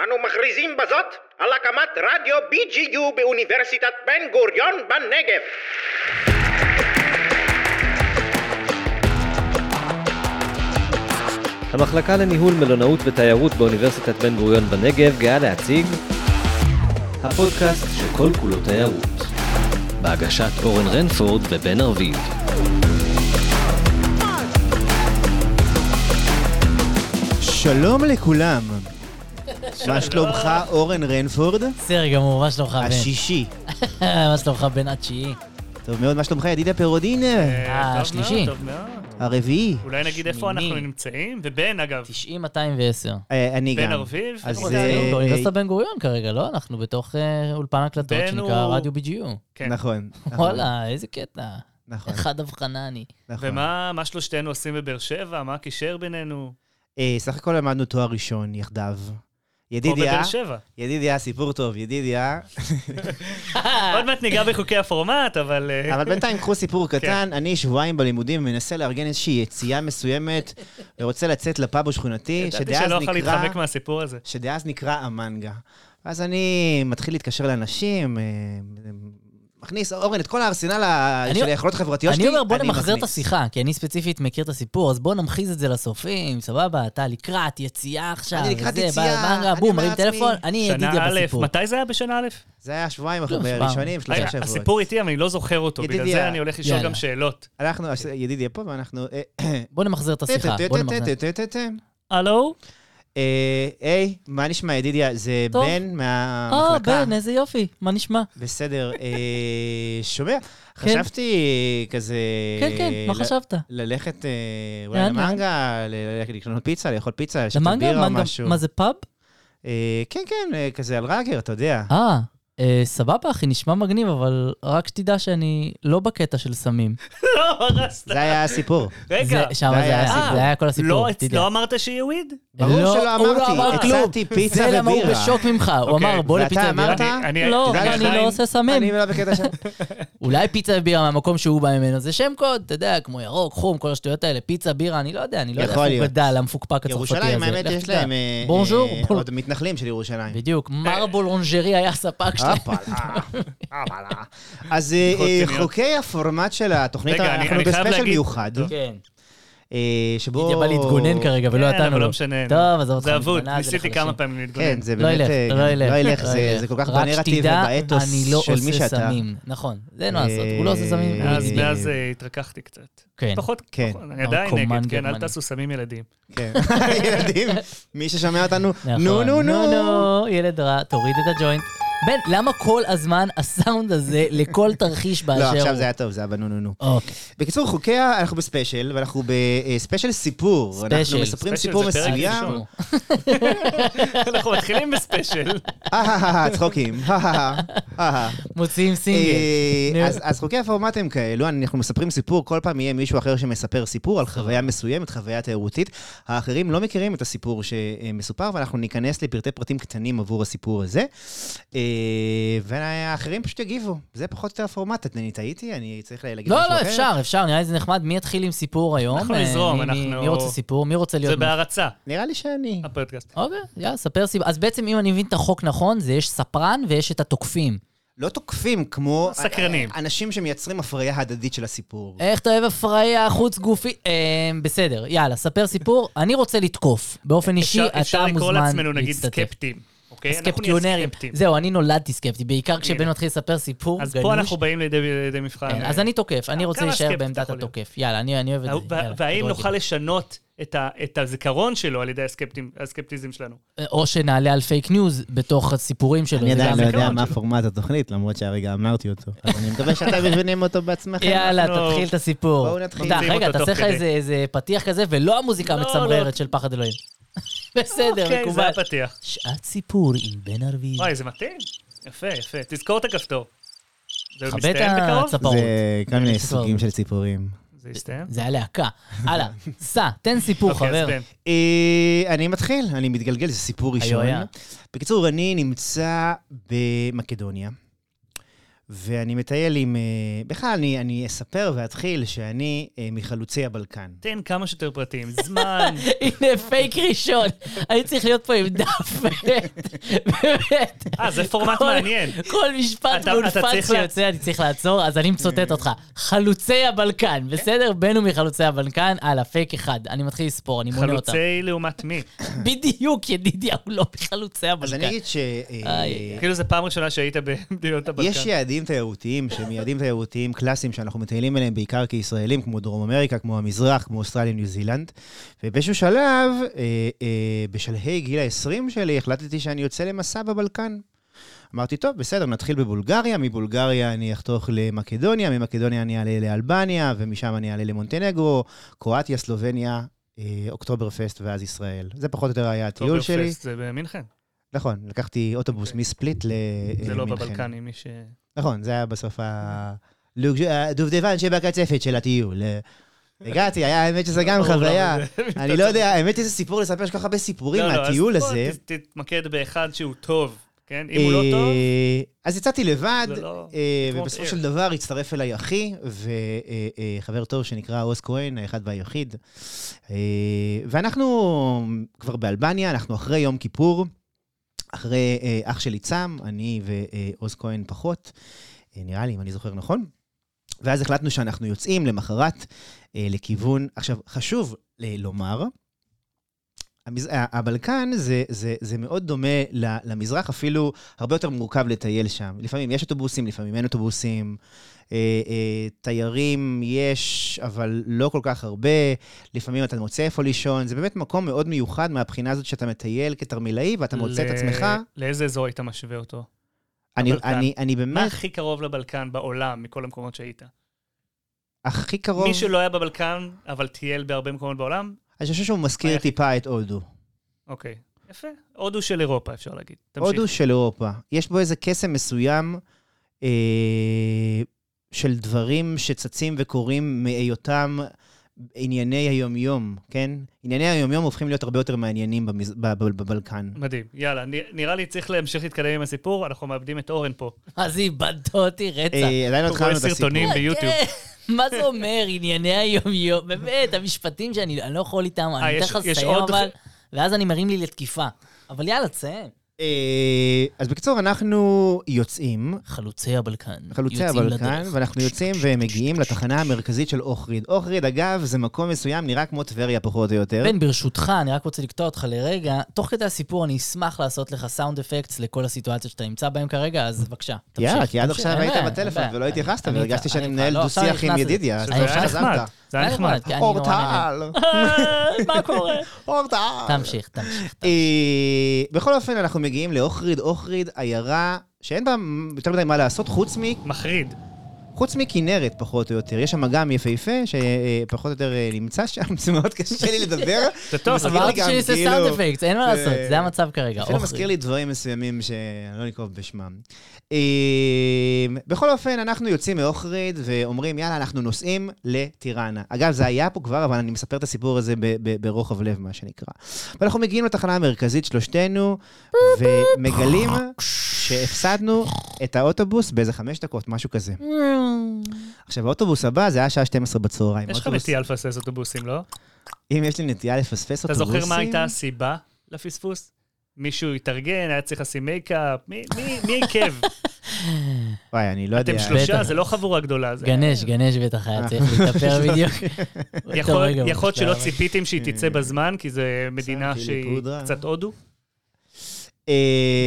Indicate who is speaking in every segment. Speaker 1: אנו מכריזים בזאת על הקמת רדיו BGU באוניברסיטת בן גוריון בנגב.
Speaker 2: המחלקה לניהול מלונאות ותיירות באוניברסיטת בן גוריון בנגב גאה להציג הפודקאסט שכל כולו תיירות בהגשת אורן רנפורד ובן ארביב
Speaker 3: שלום לכולם. מה שלומך, אורן רנפורד?
Speaker 4: בסדר גמור, מה שלומך בן?
Speaker 3: השישי.
Speaker 4: מה שלומך בן התשיעי?
Speaker 3: טוב מאוד, מה שלומך, ידידיה פירודין?
Speaker 4: אה,
Speaker 5: טוב מאוד,
Speaker 4: השלישי.
Speaker 5: טוב מאוד.
Speaker 3: הרביעי.
Speaker 5: אולי נגיד איפה
Speaker 4: שמיני.
Speaker 5: אנחנו נמצאים, ובן אגב,
Speaker 4: 90-210.
Speaker 3: אה, אני גם.
Speaker 5: בן ארביב,
Speaker 3: אז
Speaker 5: בן
Speaker 3: אה,
Speaker 5: ארביב.
Speaker 4: באוניברסיטת בן גוריון כרגע, לא? אנחנו בתוך אה, אולפן הקלטות
Speaker 5: בן
Speaker 4: שנקרא
Speaker 5: הוא-
Speaker 4: רדיו BGU.
Speaker 5: כן.
Speaker 3: נכון. נכון,
Speaker 4: וואלה, איזה קטע.
Speaker 3: נכון,
Speaker 4: אחד אבחנה אני.
Speaker 3: נכון.
Speaker 5: ומה מה שלושתנו עושים בבאר שבע, מה הקישר בינינו,
Speaker 3: אה, סך הכל למדנו תואר ראשון יחדיו.
Speaker 5: פה
Speaker 3: ידידיה,
Speaker 5: בבאר שבע.
Speaker 3: ידידיה, סיפור טוב, ידידיה.
Speaker 4: אה.
Speaker 5: עוד מעט ניגע בחוקי הפורמט, אבל... אה,
Speaker 3: אבל בינתיים קחו סיפור קטן, אני שבועיים בלימודים מנסה לארגן איזושהי יציאה מסוימת, רוצה לצאת לפאב השכונתי,
Speaker 5: ידעתי
Speaker 3: שדאז
Speaker 5: שלא יכול
Speaker 3: נקרא...
Speaker 5: להתחמק מהסיפור הזה.
Speaker 3: שדאז נקרא המנגה. אז אני מתחיל להתקשר לאנשים, אה, אה, מכניס, אורן, את כל הארסנל ה-
Speaker 4: אני-
Speaker 3: של היכולות החברתיות שלי,
Speaker 4: אני אומר, בוא
Speaker 3: אני
Speaker 4: נמחזר את
Speaker 3: מכניס."
Speaker 4: השיחה, כי אני ספציפית מכיר את הסיפור, אז בוא נמחיז את זה לסופים, סבבה? אתה לקראת יציאה עכשיו.
Speaker 3: אני לקראת
Speaker 4: וזה,
Speaker 3: יציאה,
Speaker 4: בא- בנגה,
Speaker 3: אני
Speaker 4: בום,
Speaker 3: אומר
Speaker 4: מרים
Speaker 3: לעצמי,
Speaker 4: טלפון, אני
Speaker 5: שנה
Speaker 4: ידידיה
Speaker 5: א',
Speaker 4: בסיפור.
Speaker 5: מתי זה היה בשנה א'?
Speaker 3: זה היה שבועיים
Speaker 4: כלום, לא, שבועיים.
Speaker 3: הראשונים, שלושה
Speaker 5: רגע,
Speaker 3: שבועות.
Speaker 5: הסיפור איתי, אבל אני לא זוכר אותו, בגלל
Speaker 3: ידידיה.
Speaker 5: זה אני הולך לשאול
Speaker 4: יאללה.
Speaker 5: גם שאלות.
Speaker 3: הלכנו, הש- ידידיה פה, ואנחנו... אה,
Speaker 4: בוא נמחזר את השיחה, בוא נמחזר.
Speaker 5: הלו?
Speaker 3: אה, היי, מה נשמע, ידידיה? זה
Speaker 4: טוב.
Speaker 3: בן
Speaker 4: או,
Speaker 3: מהמחלקה.
Speaker 4: אה, בן, איזה יופי, מה נשמע?
Speaker 3: בסדר, אה, שומע? חשבתי אה, כזה...
Speaker 4: כן, כן, מה
Speaker 3: ל-
Speaker 4: חשבת?
Speaker 3: ללכת אה, אולי
Speaker 4: לאן, לאן?
Speaker 3: למנגה, ל- ללכת לקנות פיצה, לאכול פיצה, לשתות
Speaker 4: למנגה?
Speaker 3: בירה או
Speaker 4: מנגה,
Speaker 3: משהו.
Speaker 4: מה זה פאב?
Speaker 3: אה, כן, כן, אה, כזה על ראגר, אתה יודע.
Speaker 4: אה, אה, סבבה, אחי, נשמע מגניב, אבל רק שתדע שאני לא בקטע של סמים.
Speaker 5: לא, הרסת.
Speaker 3: זה היה הסיפור.
Speaker 5: רגע,
Speaker 4: זה- שם
Speaker 3: זה
Speaker 4: זה היה
Speaker 3: היה
Speaker 4: הסיפור,
Speaker 5: הסיפור.
Speaker 4: זה היה כל הסיפור,
Speaker 5: לא-
Speaker 4: תדע.
Speaker 5: לא אמרת שיהיה וויד?
Speaker 3: אה, ברור
Speaker 4: לא,
Speaker 3: שלא
Speaker 4: הוא לא אמר
Speaker 3: אמרתי,
Speaker 4: כלום.
Speaker 3: הצעתי פיצה
Speaker 4: זה למה הוא
Speaker 3: ובירה.
Speaker 4: בשוק ממך, הוא
Speaker 5: אוקיי,
Speaker 4: אמר, בוא
Speaker 3: ואתה
Speaker 4: לפיצה ובירה.
Speaker 3: אמרת?
Speaker 5: אני- אני-
Speaker 4: לא,
Speaker 5: תדע
Speaker 4: אבל
Speaker 5: לך,
Speaker 4: אני לא
Speaker 5: חיים,
Speaker 4: עושה סמים.
Speaker 3: אני לא בקטע של...
Speaker 4: אולי פיצה ובירה מהמקום שהוא בא ממנו, זה שם קוד, אתה יודע, כמו ירוק, חום, כל השטויות האלה, פיצה, בירה, אני לא יודע, אני לא יודע
Speaker 3: יכול
Speaker 4: איך הוא
Speaker 3: להיות.
Speaker 4: גדל, המפוקפק הצרפתי הזה.
Speaker 3: ירושלים, האמת,
Speaker 4: לך
Speaker 3: יש
Speaker 4: תדע.
Speaker 3: להם... אה,
Speaker 4: בונז'ור,
Speaker 3: אה,
Speaker 4: בול.
Speaker 3: עוד מתנחלים של ירושלים.
Speaker 4: בדיוק, מר בולונג'רי היה הספק שלהם.
Speaker 3: הופה, הופה. אז אה, אה,
Speaker 5: רציניות.
Speaker 3: חוקי הפורמט של התוכנית,
Speaker 5: רגע, אני-
Speaker 3: אנחנו
Speaker 5: אני חייב
Speaker 3: בספיישל
Speaker 5: להגיד- אוקיי.
Speaker 3: מיוחד,
Speaker 4: כן.
Speaker 3: אה, שבו...
Speaker 4: בא להתגונן כרגע ולא
Speaker 5: כן,
Speaker 4: נתנו
Speaker 5: אבל
Speaker 4: לו.
Speaker 5: לא משנה.
Speaker 4: טוב, עזוב אותך,
Speaker 5: זה אבוד,
Speaker 4: מתמנה, זה
Speaker 5: ניסיתי
Speaker 4: לחלשים.
Speaker 5: כמה פעמים להתגונן.
Speaker 3: כן, זה
Speaker 4: לא
Speaker 3: באמת...
Speaker 4: ילך,
Speaker 3: אה,
Speaker 4: לא ילך.
Speaker 3: לא ילך, זה- זה כל כך בנרטיב ובאתוס של מי שאתה.
Speaker 4: רק שתדע, אני לא עושה סמים. נכון, זה אין מה לעשות,
Speaker 3: אה,
Speaker 4: הוא לא עושה סמים. הוא
Speaker 5: אז
Speaker 4: ידידי.
Speaker 5: מאז אה, התרככתי קצת.
Speaker 4: כן.
Speaker 5: פחות,
Speaker 3: כן.
Speaker 5: פחות, אני עדיין
Speaker 4: נרקומן
Speaker 5: נגד, כן, אל
Speaker 4: גרמני.
Speaker 5: תעשו סמים ילדים.
Speaker 3: כן. ילדים, מי ששומע אותנו,
Speaker 4: נכון.
Speaker 3: נו, נו, נו.
Speaker 4: נו, ילד רע, תוריד את הג'וינט. בן, למה כל הזמן הסאונד הזה לכל תרחיש באשר
Speaker 3: לא,
Speaker 4: הוא?
Speaker 3: עכשיו זה היה טוב, זה היה בנו, נו, נו.
Speaker 4: אוקיי.
Speaker 3: בקיצור, חוקי ה... אנחנו בספיישל, ואנחנו בספיישל סיפור. אנחנו
Speaker 4: ספיישל,
Speaker 3: מספרים
Speaker 5: ספיישל
Speaker 3: סיפור
Speaker 5: זה פרק
Speaker 3: מסוים.
Speaker 5: ראשון. אנחנו מתחילים בספיישל.
Speaker 3: אה, אההה, צחוקים. אה, אההה, אההה.
Speaker 4: מוציאים סינגל.
Speaker 3: אה,
Speaker 4: נו.
Speaker 3: אז- אז חוקי הפורמט הם כאלו, אנחנו מספרים סיפור, כל פעם יהיה מישהו אחר שמספר סיפור על חוויה מסוימת, חוויה תיירותית. האחרים לא מכירים את הסיפור שמסופר, ואנחנו ניכנס לפרטי פרטים קטנים עבור הסיפור הזה. אה, והאחרים פשוט יגיבו. זה פחות או יותר הפורמט, אני טעיתי, אני צריך להגיד
Speaker 4: לא,
Speaker 3: משהו אחר.
Speaker 4: לא, אפשר, אפשר, נראה לי זה נחמד. מי יתחיל עם סיפור היום?
Speaker 5: אנחנו
Speaker 4: אה,
Speaker 5: נזרום,
Speaker 4: מי- מי-
Speaker 5: אנחנו-
Speaker 4: מי רוצה סיפור? מי רוצה
Speaker 5: זה
Speaker 4: להיות...
Speaker 5: בהערצה,
Speaker 3: נראה לי שאני.
Speaker 5: הפודקאסט.
Speaker 4: אוקיי, יאללה, ספר סיפור. אז בעצם, אם אני מבין את החוק נכון, זה יש ספרן ויש את התוקפים.
Speaker 3: לא תוקפים
Speaker 4: לא
Speaker 3: כמו...
Speaker 5: סקרנים.
Speaker 3: אנשים שמייצרים הפריה הדדית של הסיפור.
Speaker 4: איך אתה אוהב הפריה חוץ גופי? אה, בסדר, יאללה, ספר סיפור. אני רוצה לתקוף. באופן אישי,
Speaker 5: אפשר-
Speaker 4: אתה
Speaker 5: אפשר לקרוא
Speaker 4: מוזמן
Speaker 5: לעצמנו נגיד
Speaker 4: להצטטף.
Speaker 5: סקפטים. אוקיי? אנחנו נהיה
Speaker 4: סקפטיונרים.
Speaker 5: סקפטים.
Speaker 4: זהו, אני נולדתי סקפטי, בעיקר כשבן
Speaker 5: הנה.
Speaker 4: מתחיל לספר סיפור
Speaker 5: אז פה
Speaker 4: גנוש.
Speaker 5: אנחנו באים לידי לידי מבחן.
Speaker 4: כן, אז אני תוקף, אני רוצה
Speaker 5: כמה
Speaker 4: להישאר
Speaker 5: סקפטי אתה
Speaker 4: בעמדת
Speaker 5: יכול להיות?
Speaker 4: התוקף. יאללה, אני אני אוהב את זה.
Speaker 5: וה-
Speaker 4: יאללה,
Speaker 5: והאם
Speaker 4: כדורגל.
Speaker 5: נוכל לשנות את ה- את הזיכרון שלו על ידי הסקפטים- הסקפטיזם שלנו?
Speaker 4: או שנעלה על פייק ניוז בתוך הסיפורים שלו.
Speaker 3: אני
Speaker 4: זה
Speaker 3: עדיין
Speaker 4: גם- נכון.
Speaker 3: לא יודע
Speaker 5: הזיכרון
Speaker 3: מה
Speaker 5: שלו.
Speaker 3: פורמט התוכנית, למרות שהרגע אמרתי אותו. אז אני מקווה שאתם מבינים אותו בעצמכם.
Speaker 4: יאללה,
Speaker 5: אנחנו-
Speaker 4: תתחיל את הסיפור.
Speaker 3: בואו נתחיל.
Speaker 4: תודה,
Speaker 5: מוציאים
Speaker 4: רגע,
Speaker 5: אותו
Speaker 4: תעשה
Speaker 5: תוך
Speaker 4: לך
Speaker 5: כדי.
Speaker 4: איזה- איזה פתיח כזה, ולא המוזיקה
Speaker 5: לא,
Speaker 4: המצמררת
Speaker 5: לא.
Speaker 4: של פחד אלוהים. בסדר,
Speaker 5: אוקיי, זה
Speaker 4: מקובל.
Speaker 5: הפתיח.
Speaker 4: שעת סיפור עם בן ארביב.
Speaker 5: וואי, זה מתאים. יפה, יפה. תזכור את הכפתור. זה עוד
Speaker 4: כבד
Speaker 5: מסתיים בקרוב?
Speaker 4: הצפרות.
Speaker 3: זה כל מיני
Speaker 4: יש כבר-
Speaker 3: סוגים של ציפורים.
Speaker 5: זה יסתיים?
Speaker 4: זה היה להקה. הלאה, סע, תן סיפור,
Speaker 5: אוקיי, אז
Speaker 4: חבר.
Speaker 5: בן.
Speaker 3: אה, אני מתחיל, אני מתגלגל, זה סיפור ראשון.
Speaker 4: היה.
Speaker 3: בקיצור, אני נמצא במקדוניה, ואני מטייל עם... אה, בכלל, אני, אני אספר ואתחיל שאני אה, מחלוצי הבלקן.
Speaker 5: תן כמה שיותר פרטים, זמן.
Speaker 4: הנה פייק ראשון. אני צריך להיות פה עם דף באמת. באמת.
Speaker 5: אה, זה פורמט
Speaker 4: כל-
Speaker 5: מעניין.
Speaker 4: כל משפט
Speaker 5: אתה- אתה
Speaker 4: מאולפן
Speaker 5: צריך לה-
Speaker 4: שיוצא, אני צריך לעצור, אז אני מצטט אותך. חלוצי הבלקן, בסדר? בנו מחלוצי הבלקן, הלאה, פייק אחד. אני מתחיל לספור, אני מונה אותם.
Speaker 5: חלוצי לעומת מי.
Speaker 4: בדיוק, ידידיה, הוא לא מחלוצי
Speaker 3: אז
Speaker 4: הבלקן.
Speaker 3: אני אגיד ש... אה,
Speaker 4: איי, איי.
Speaker 5: כאילו זו פעם ראשונה שהיית במדינות הבלקן.
Speaker 3: יש יעדים תיירותיים שהם יעדים תיירותיים קלאסיים שאנחנו מטיילים אליהם בעיקר כישראלים, כמו דרום אמריקה, כמו המזרח, כמו אוסטרליה, ניו זילנד. ובאיזשהו שלב, אה, אה, בשלהי גיל ה-20 שלי, החלטתי שאני יוצא למסע בבלקן. אמרתי, טוב, בסדר, נתחיל בבולגריה, מבולגריה אני אחתוך למקדוניה, ממקדוניה אני אעלה לאלבניה, ומשם אני אעלה למונטנגרו, קרואטיה, סלובניה, אה, אוקטובר פסט ואז ישראל. זה פחות או יותר היה הטיול
Speaker 5: אוקטוברפסט
Speaker 3: שלי.
Speaker 5: זה במינכן.
Speaker 3: נכון, לקחתי אוטובוס מספליט אה, למינכן.
Speaker 5: זה לא בבלקנים, מי ש...
Speaker 3: נכון, זה היה בסוף ה... לוג- הדובדבן שבקצפת של הטיול. אה, הגעתי, היה, האמת שזה גם
Speaker 5: ברור למה
Speaker 3: חוויה.
Speaker 5: זה מתעצבן.
Speaker 3: אני לא יודע, האמת איזה סיפור לספר, יש כל כך הרבה סיפורים
Speaker 5: לא, לא, אז
Speaker 3: מהטיול
Speaker 5: בוא
Speaker 3: הזה.
Speaker 5: ת- תתמקד באחד שהוא טוב, כן? אם הוא לא טוב,
Speaker 3: אה, אז יצאתי לבד,
Speaker 5: זה לא-
Speaker 3: אה,
Speaker 5: זה כמו
Speaker 3: ובסופו
Speaker 5: עיר.
Speaker 3: של דבר הצטרף אליי אחי וחבר טוב שנקרא עוז כהן, האחד והיחיד. אה, ואנחנו כבר באלבניה, אנחנו אחרי יום כיפור, אחרי אה, אח שלי צם, אני ועוז כהן פחות, אה, נראה לי, אם אני זוכר נכון. ואז החלטנו שאנחנו יוצאים למחרת אה, לכיוון... עכשיו, חשוב ל- לומר, המז... ה- הבלקן זה, זה, זה מאוד דומה ל- למזרח, אפילו הרבה יותר מורכב לטייל שם. לפעמים יש אוטובוסים, לפעמים אין אוטובוסים. אה, אה, תיירים יש, אבל לא כל כך הרבה. לפעמים אתה מוצא איפה לישון. זה באמת מקום מאוד מיוחד מהבחינה הזאת שאתה מטייל כתרמילאי ואתה מוצא את
Speaker 5: ל-
Speaker 3: עצמך.
Speaker 5: לאיזה אזור היית משווה אותו?
Speaker 3: אני,
Speaker 5: הבלקן.
Speaker 3: אני, אני
Speaker 5: מה
Speaker 3: באמת
Speaker 5: הכי קרוב לבלקן בעולם מכל המקומות שהיית?
Speaker 3: הכי קרוב...
Speaker 5: מי שלא היה בבלקן, אבל טייל בהרבה מקומות בעולם,
Speaker 3: אני חושב שהוא מזכיר
Speaker 5: איך?
Speaker 3: טיפה את הודו.
Speaker 5: אוקיי. יפה. הודו של אירופה, אפשר להגיד. תמשיך.
Speaker 3: הודו של אירופה. יש בו איזה קסם מסוים אה, של דברים שצצים וקורים מהיותם ענייני היומיום, כן? ענייני היומיום הופכים להיות הרבה יותר מעניינים במז... ב- ב- בבלקן.
Speaker 5: מדהים. יאללה, נ- נראה לי צריך להמשיך להתקדם עם הסיפור, אנחנו מאבדים את אורן פה.
Speaker 4: אז איבדת אותי רצח.
Speaker 3: אה, עדיין לא
Speaker 5: הוא
Speaker 3: התחלנו
Speaker 5: רואה
Speaker 3: את הסיפור.
Speaker 5: סרטונים ביוטיוב.
Speaker 4: כן, מה זה אומר, ענייני היום-יום? באמת, המשפטים שאני אני לא יכול איתם,
Speaker 5: אה,
Speaker 4: אני אתן
Speaker 5: יש-
Speaker 4: לך
Speaker 5: יש
Speaker 4: לסיים,
Speaker 5: עוד-
Speaker 4: אבל... ואז אני מרים לי לתקיפה. אבל יאללה, תסיים.
Speaker 3: אה, אז בקיצור, אנחנו יוצאים,
Speaker 4: חלוצי הבלקן.
Speaker 3: חלוצי
Speaker 4: יוצאים
Speaker 3: הבלקן,
Speaker 4: לדרך.
Speaker 3: ואנחנו יוצאים ומגיעים לתחנה המרכזית של אוכריד. אוכריד, אגב, זה מקום מסוים, נראה כמו טבריה פחות או יותר.
Speaker 4: בן, ברשותך, אני רק רוצה לקטוע אותך לרגע. תוך כדי הסיפור אני אשמח לעשות לך סאונד אפקטס לכל הסיטואציות שאתה נמצא בהן כרגע, אז בבקשה. תמשיך,
Speaker 3: יאללה, כי עד
Speaker 4: תמשיך.
Speaker 3: עכשיו
Speaker 4: אין
Speaker 3: היית
Speaker 4: בעיה,
Speaker 3: בטלפון
Speaker 4: אין בעיה.
Speaker 3: ולא התייחסת,
Speaker 4: אני-
Speaker 3: והרגשתי
Speaker 4: אני-
Speaker 3: שאני
Speaker 4: אני-
Speaker 3: מנהל
Speaker 4: לא, עכשיו
Speaker 3: דו-שיח עם
Speaker 4: נכנס לזה.
Speaker 3: ידידיה, אז
Speaker 4: שזה
Speaker 3: טוב
Speaker 5: זה היה
Speaker 4: נכנס.
Speaker 5: נחמד.
Speaker 3: שחזרת.
Speaker 5: זה היה נחמד.
Speaker 4: כי אני נורא נהנה.
Speaker 3: אורטל,
Speaker 4: אה, מה קורה?
Speaker 3: אורטל.
Speaker 4: תמשיך, תמשיך.
Speaker 3: אה, בכל אופן, אנחנו מגיעים לאוכריד, אוכריד, עיירה שאין בה יותר מדי מה לעשות, חוץ מ-
Speaker 5: מחריד.
Speaker 3: חוץ מכנרת, פחות או יותר. יש שם אגם יפהפה, שפחות או יותר אה, נמצא שם, זה מאוד קשה לי לדבר.
Speaker 5: זה טוב,
Speaker 3: לא, זה מזכיר לי
Speaker 4: אמרתי
Speaker 3: גם,
Speaker 4: שאני עושה
Speaker 3: כאילו-
Speaker 4: סאונד אפקט, אין מה
Speaker 3: זה-
Speaker 4: לעשות, זה המצב כרגע.
Speaker 3: אפילו
Speaker 4: אוכרי.
Speaker 3: מזכיר לי דברים מסוימים שלא נקוב בשמם. אה, בכל אופן, אנחנו יוצאים מאוכריד ואומרים, יאללה, אנחנו נוסעים לטיראנה. אגב, זה היה פה כבר, אבל אני מספר את הסיפור הזה ב- ב- ברוחב לב, מה שנקרא. ואנחנו מגיעים לתחנה המרכזית, שלושתנו, ומגלים שהפסדנו את האוטובוס באיזה חמש דקות, משהו כזה. עכשיו, האוטובוס הבא, זה היה שעה 12 בצהריים.
Speaker 5: יש לך
Speaker 3: האוטובוס-
Speaker 5: נטייה לפספס אוטובוסים, לא?
Speaker 3: אם יש לי נטייה לפספס
Speaker 5: אתה
Speaker 3: אוטובוסים...
Speaker 5: זוכר מה הייתה הסיבה לפספוס? מישהו התארגן, היה צריך לשים מייקאפ, מי- מי מי עיכב?
Speaker 3: וואי, אני לא יודע.
Speaker 5: אתם שלושה,
Speaker 4: בטח.
Speaker 5: זה לא חבורה גדולה. זה-
Speaker 4: גנש, גנש בטח היה צריך להתאפר בדיוק.
Speaker 5: יכול
Speaker 4: רגע, אוקיי.
Speaker 5: יכול להיות שלא
Speaker 4: בבקשה.
Speaker 5: ציפיתם שהיא תצא בזמן, כי זו מדינה
Speaker 3: כן. שמתי לי
Speaker 5: שהיא
Speaker 3: פודרה.
Speaker 5: קצת הודו,
Speaker 3: אה,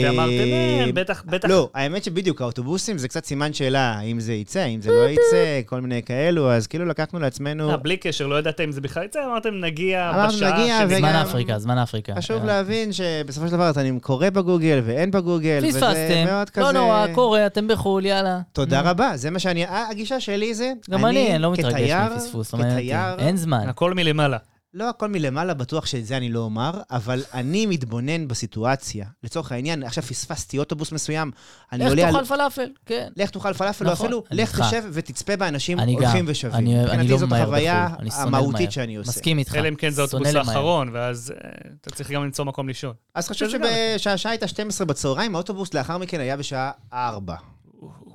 Speaker 5: ואמרתם, "אה, בטח, בטח,
Speaker 3: לא, האמת שבדיוק, האוטובוסים זה קצת סימן שאלה, האם זה יצא, האם זה לא יצא, כל מיני כאלו, אז כאילו לקחנו לעצמנו...
Speaker 5: אה, בלי קשר, לא ידעת אם זה בכלל יצא, אמרתם נגיע
Speaker 3: אמרנו, נגיע,
Speaker 5: בשעה, שנ-
Speaker 3: וגם-
Speaker 4: זמן אפריקה, זמן אפריקה.
Speaker 3: חשוב
Speaker 4: אה.
Speaker 3: להבין שבסופו של דבר אתה קורא בגוגל ואין בגוגל, וזה
Speaker 4: פספסתם,
Speaker 3: מאוד כזה...
Speaker 4: לא נורא, קורה, אתם בחו"ל, יאללה.
Speaker 3: תודה רבה, זה מה שאני... אה, הגישה שלי זה...
Speaker 4: גם אני, אני לא מתרגש
Speaker 3: כתייר-
Speaker 4: מפספוס, לא מעניין
Speaker 3: כתייר-
Speaker 4: אותי. אין זמן.
Speaker 5: הכל מלמעלה.
Speaker 3: לא הכל מלמעלה, בטוח שאת זה אני לא אומר, אבל אני מתבונן בסיטואציה. לצורך העניין, עכשיו פספסתי אוטובוס מסוים, אני
Speaker 4: איך
Speaker 3: עולה על...
Speaker 4: תאכל פלאפל? כן.
Speaker 3: לך תאכל פלאפל, או
Speaker 4: נכון,
Speaker 3: אפילו
Speaker 4: אני
Speaker 3: לך
Speaker 4: איתך.
Speaker 3: תשב ותצפה באנשים
Speaker 4: אני גם.
Speaker 3: הולכים ושבים.
Speaker 4: אני- אני
Speaker 3: מבחינתי
Speaker 4: לא
Speaker 3: זאת
Speaker 4: ממהר
Speaker 3: החוויה
Speaker 4: בחו"ל, אני שונא למהר.
Speaker 3: המהותית שאני עושה.
Speaker 4: מסכים איתך.
Speaker 5: אלא אם כן זה
Speaker 4: שונא
Speaker 5: האוטובוס
Speaker 4: למהר.
Speaker 5: האחרון, ואז אה, אתה צריך גם למצוא מקום לישון.
Speaker 3: אז חשוב
Speaker 5: שזה גם-
Speaker 3: שבשעה שעה הייתה 12 בצהריים, האוטובוס לאחר מכן היה בשעה 4.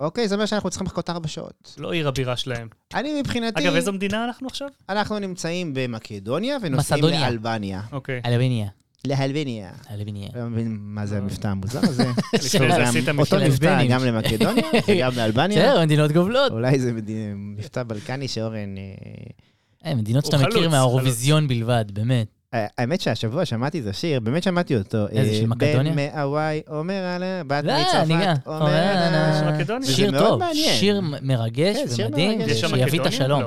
Speaker 3: אוקיי? זה אומר שאנחנו צריכים לחכות ארבע שעות.
Speaker 5: לא עיר הבירה שלהם.
Speaker 3: אני מבחינתי,
Speaker 5: אגב, איזו מדינה אנחנו עכשיו?
Speaker 3: אנחנו נמצאים במקדוניה ונוסעים
Speaker 4: מסדוניה.
Speaker 3: לאלבניה.
Speaker 5: אוקיי.
Speaker 4: אלבניה.
Speaker 3: לאלבניה.
Speaker 4: אלבניה.
Speaker 3: לא מבין מה זה המבטא המוזר הזה.
Speaker 5: לפני
Speaker 4: של-
Speaker 5: זה עשית
Speaker 3: אותו
Speaker 5: מפלגת.
Speaker 3: מבטא
Speaker 4: אלבנים.
Speaker 3: גם למקדוניה וגם לאלבניה.
Speaker 4: בסדר, מדינות גובלות.
Speaker 3: אולי זה מד- מבטא בלקני שאורן... אה,
Speaker 4: אה, מדינות
Speaker 5: הוא
Speaker 4: שאתה מכיר
Speaker 5: חלוץ,
Speaker 4: מהאירוויזיון בלבד, באמת.
Speaker 3: אה, האמת שהשבוע שמעתי את השיר, באמת שמעתי אותו.
Speaker 4: איזה, של
Speaker 3: אה,
Speaker 4: מקדוניה?
Speaker 3: בן מהוואי אומר עליה, בת
Speaker 4: לא, אני גם.
Speaker 3: מצרפת אומר
Speaker 4: אומר עליה.
Speaker 3: עליה.
Speaker 5: של מקדוניה.
Speaker 3: וזה
Speaker 4: שיר
Speaker 3: מאוד
Speaker 4: טוב,
Speaker 3: מעניין.
Speaker 4: שיר מ- מרגש
Speaker 3: כן, שיר
Speaker 4: ומדהים,
Speaker 3: מרגש.
Speaker 5: יש שם
Speaker 4: שיביא את השלום.
Speaker 5: מקדוניה?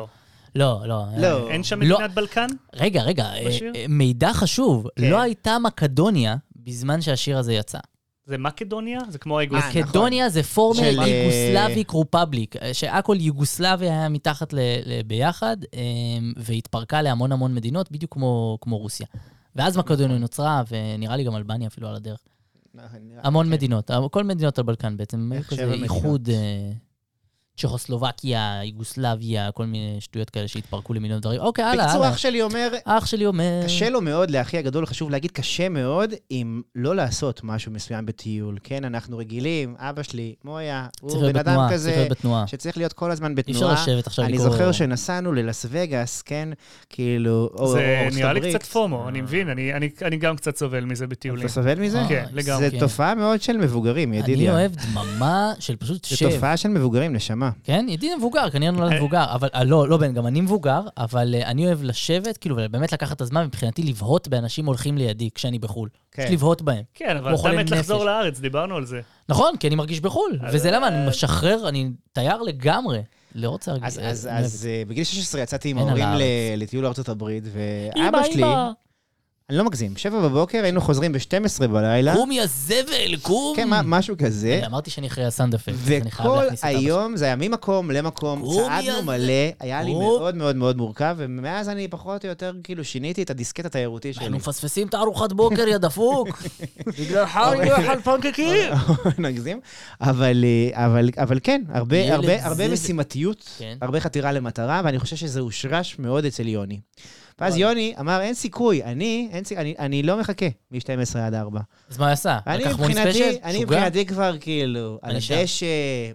Speaker 5: לא.
Speaker 4: לא, לא.
Speaker 3: לא.
Speaker 5: אין שם
Speaker 4: לא.
Speaker 5: מדינת בלקן?
Speaker 4: רגע, רגע, אה,
Speaker 5: בשיר?
Speaker 4: אה, מידע חשוב,
Speaker 3: כן. אה,
Speaker 4: לא הייתה מקדוניה בזמן שהשיר הזה יצא.
Speaker 5: זה מקדוניה? זה כמו האגוז.
Speaker 3: נכון.
Speaker 4: מקדוניה זה פורמר
Speaker 3: של, אה,
Speaker 4: יוגוסלביק רופבליק, אה, שהכל יוגוסלביה היה מתחת ל- ל- ביחד, אה, והתפרקה להמון המון מדינות, בדיוק כמו כמו רוסיה. ואז מקדוניה נוצרה, ונראה לי גם אלבניה אפילו על הדרך.
Speaker 3: לא,
Speaker 4: המון מדינות, אה, כל מדינות הבלקן בעצם, היו
Speaker 3: אוקיי. שבע
Speaker 4: כזה
Speaker 3: מדינות.
Speaker 4: איחוד אה, צ'כוסלובקיה, יוגוסלביה, כל מיני שטויות כאלה שהתפרקו למיליון דברים. אוקיי, הלאה,
Speaker 3: בקיצור,
Speaker 4: הלאה.
Speaker 3: אח שלי אומר,
Speaker 4: אח שלי אומר...
Speaker 3: קשה לו מאוד, לאחי הגדול, חשוב להגיד, קשה מאוד אם לא לעשות משהו מסוים בטיול. כן, אנחנו רגילים, אבא שלי, מויה,
Speaker 4: צריך
Speaker 3: הוא
Speaker 4: להיות
Speaker 3: בן אדם
Speaker 4: בתנועה, צריך
Speaker 3: כזה,
Speaker 4: להיות בתנועה.
Speaker 3: שצריך להיות כל הזמן
Speaker 4: אי אפשר
Speaker 3: בתנועה.
Speaker 4: לשבת עכשיו
Speaker 3: אני
Speaker 4: לקרוא...
Speaker 3: זוכר שנסענו ללאס וגאס, כן? כאילו, או או
Speaker 5: זה
Speaker 3: ארצות
Speaker 5: נראה לי
Speaker 3: הברית.
Speaker 5: קצת פומו, אני מבין, אני- אני אני גם קצת סובל מזה בטיולים.
Speaker 3: אתה סובל מזה?
Speaker 4: אה,
Speaker 5: כן, לגמרי.
Speaker 3: זה תופעה מאוד של מבוגרים,
Speaker 4: אני
Speaker 3: ידידיה.
Speaker 4: אוהב דממה של פשוט
Speaker 3: זה
Speaker 4: שב.
Speaker 3: תופעה של מבוגרים, נשמה.
Speaker 4: כן, ידיד מבוגר, כנראה נולד מבוגר, אבל אה, לא, לא בן, גם אני מבוגר, אבל אה, אני אוהב לשבת, כאילו, ובאמת לקחת את הזמן, מבחינתי לבהות באנשים הולכים לידי כשאני בחו"ל.
Speaker 3: כן.
Speaker 4: כן. לבהות בהם.
Speaker 5: כן, אבל
Speaker 4: כמו חולה
Speaker 5: אתה מת
Speaker 4: נפש.
Speaker 5: לחזור לארץ, דיברנו על זה.
Speaker 4: נכון, כי אני מרגיש בחו"ל,
Speaker 5: אז-
Speaker 4: וזה למה, אני משחרר, אני תייר לגמרי. לא רוצה להרגיש...
Speaker 3: אז,
Speaker 4: אה,
Speaker 3: אז,
Speaker 4: אני אוהב.
Speaker 3: אז אה, בגיל 16 יצאתי עם
Speaker 4: אין על
Speaker 3: ההורים
Speaker 4: הארץ.
Speaker 3: ל- לטיול לארצות הברית, ואבא
Speaker 4: אמא,
Speaker 3: שלי,
Speaker 4: אמא,
Speaker 3: אני לא מגזים, שבע בבוקר, היינו חוזרים ב-12 בלילה,
Speaker 4: קום יא זבל, קום!
Speaker 3: אה? כן, מה- משהו כזה,
Speaker 4: אה, אמרתי שאני אחרי הסאונד אפקט, אז אני חייב
Speaker 3: וכל
Speaker 4: להכניס את אבא שלי.
Speaker 3: היום זה היה ממקום למקום,
Speaker 4: קומי
Speaker 3: צעדנו
Speaker 4: הזה.
Speaker 3: מלא, היה לי
Speaker 4: קום.
Speaker 3: מאוד מאוד מאוד מורכב, ומאז אני פחות או יותר כאילו שיניתי את הדיסקט התיירותי שלי.
Speaker 4: אנחנו מפספסים את הארוחת בוקר, יא דפוק. בגלל חג
Speaker 3: אוקיי.
Speaker 4: לא יאכל פנקקים.
Speaker 3: נגזים, אבל, אה, אבל, אבל כן, הרבה,
Speaker 4: ילד
Speaker 3: הרבה,
Speaker 4: זה-
Speaker 3: הרבה משימתיות,
Speaker 4: כן.
Speaker 3: הרבה חתירה למטרה, ואני חושב שזה הושרש מאוד אצל יוני. ואז יוני אמר, אין סיכוי, אני, אין סיכוי, אני, אני לא מחכה מ-12 עד 4.
Speaker 4: אז מה הוא עשה?
Speaker 3: אני
Speaker 4: לקח מוני
Speaker 3: מבחינתי,
Speaker 4: ספיישל?
Speaker 3: אני
Speaker 4: שוגע?
Speaker 3: מבחינתי כבר כאילו, על
Speaker 4: אני שם.
Speaker 3: הדשא,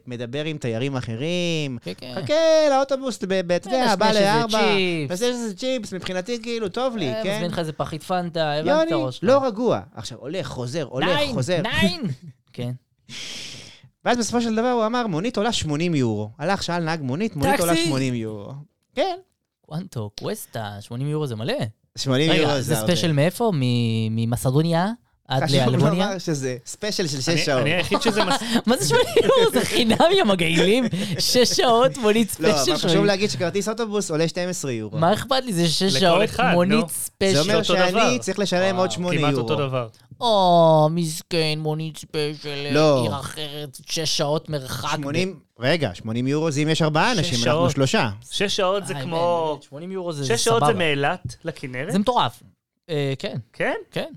Speaker 3: מדבר עם תיירים אחרים,
Speaker 4: כן, כן.
Speaker 3: חכה לאוטובוס, ב- ב- אתה יודע,
Speaker 4: אה,
Speaker 3: בא
Speaker 4: נשנה שזה
Speaker 3: לארבע,
Speaker 4: צ'יפס.
Speaker 3: נעשה שזה צ'יפס, מבחינתי כאילו, טוב לי,
Speaker 4: אה,
Speaker 3: כן?
Speaker 4: מזמין לך איזה פחית פנטה, הבנת את
Speaker 3: יוני,
Speaker 4: הראש. שלך.
Speaker 3: לא רגוע. עכשיו, הולך, חוזר, הולך,
Speaker 4: נין,
Speaker 3: חוזר.
Speaker 4: נין! כן.
Speaker 3: ואז בסופו של דבר הוא אמר, מונית עולה 80 יורו. הלך, שאל נהג מונית, מונית
Speaker 4: טקסי.
Speaker 3: עולה 80 יורו. כן.
Speaker 4: קוונטו, קווסטה, 80 יורו זה מלא.
Speaker 3: 80 יורו זה
Speaker 4: רגע,
Speaker 3: הרבה.
Speaker 4: זה ספיישל מאיפה? מ- ממסדוניה עד
Speaker 3: חשוב
Speaker 4: לאלבוניה?
Speaker 3: לומר שזה ספיישל של 6
Speaker 5: אני-
Speaker 3: שעות.
Speaker 5: אני היחיד שזה מס...
Speaker 4: מה זה 80 יורו? זה חינם, יא מגעילים? שש שעות מונית
Speaker 3: לא,
Speaker 4: ספיישל.
Speaker 3: אבל חשוב
Speaker 4: שמונים.
Speaker 3: להגיד שכרטיס אוטובוס עולה 12 יורו.
Speaker 4: מה אכפת לי? זה שש
Speaker 5: לכל
Speaker 4: שעות
Speaker 5: אחד, לא?
Speaker 4: מונית
Speaker 5: נו.
Speaker 3: זה
Speaker 4: ספיישל.
Speaker 3: אומר
Speaker 5: אותו דבר.
Speaker 3: שאני צריך לשלם עוד 8
Speaker 5: כמעט אותו
Speaker 3: יורו.
Speaker 5: דבר.
Speaker 4: או, מסכן, מונית ספיישל,
Speaker 3: לא.
Speaker 4: עיר אחרת, שש שעות מרחק.
Speaker 3: 80, רגע, 80 יורו זה אם יש ארבעה
Speaker 5: שש
Speaker 3: אנשים, אנחנו
Speaker 5: שעות.
Speaker 3: שלושה.
Speaker 5: שש שעות זה
Speaker 4: איי,
Speaker 5: כמו...
Speaker 4: באמת, 80 יורו זה זה
Speaker 5: שש שעות זה
Speaker 4: סבבה.
Speaker 5: מאילת לכנרת?
Speaker 4: זה מטורף. אה, כן,
Speaker 5: כן?
Speaker 4: כן.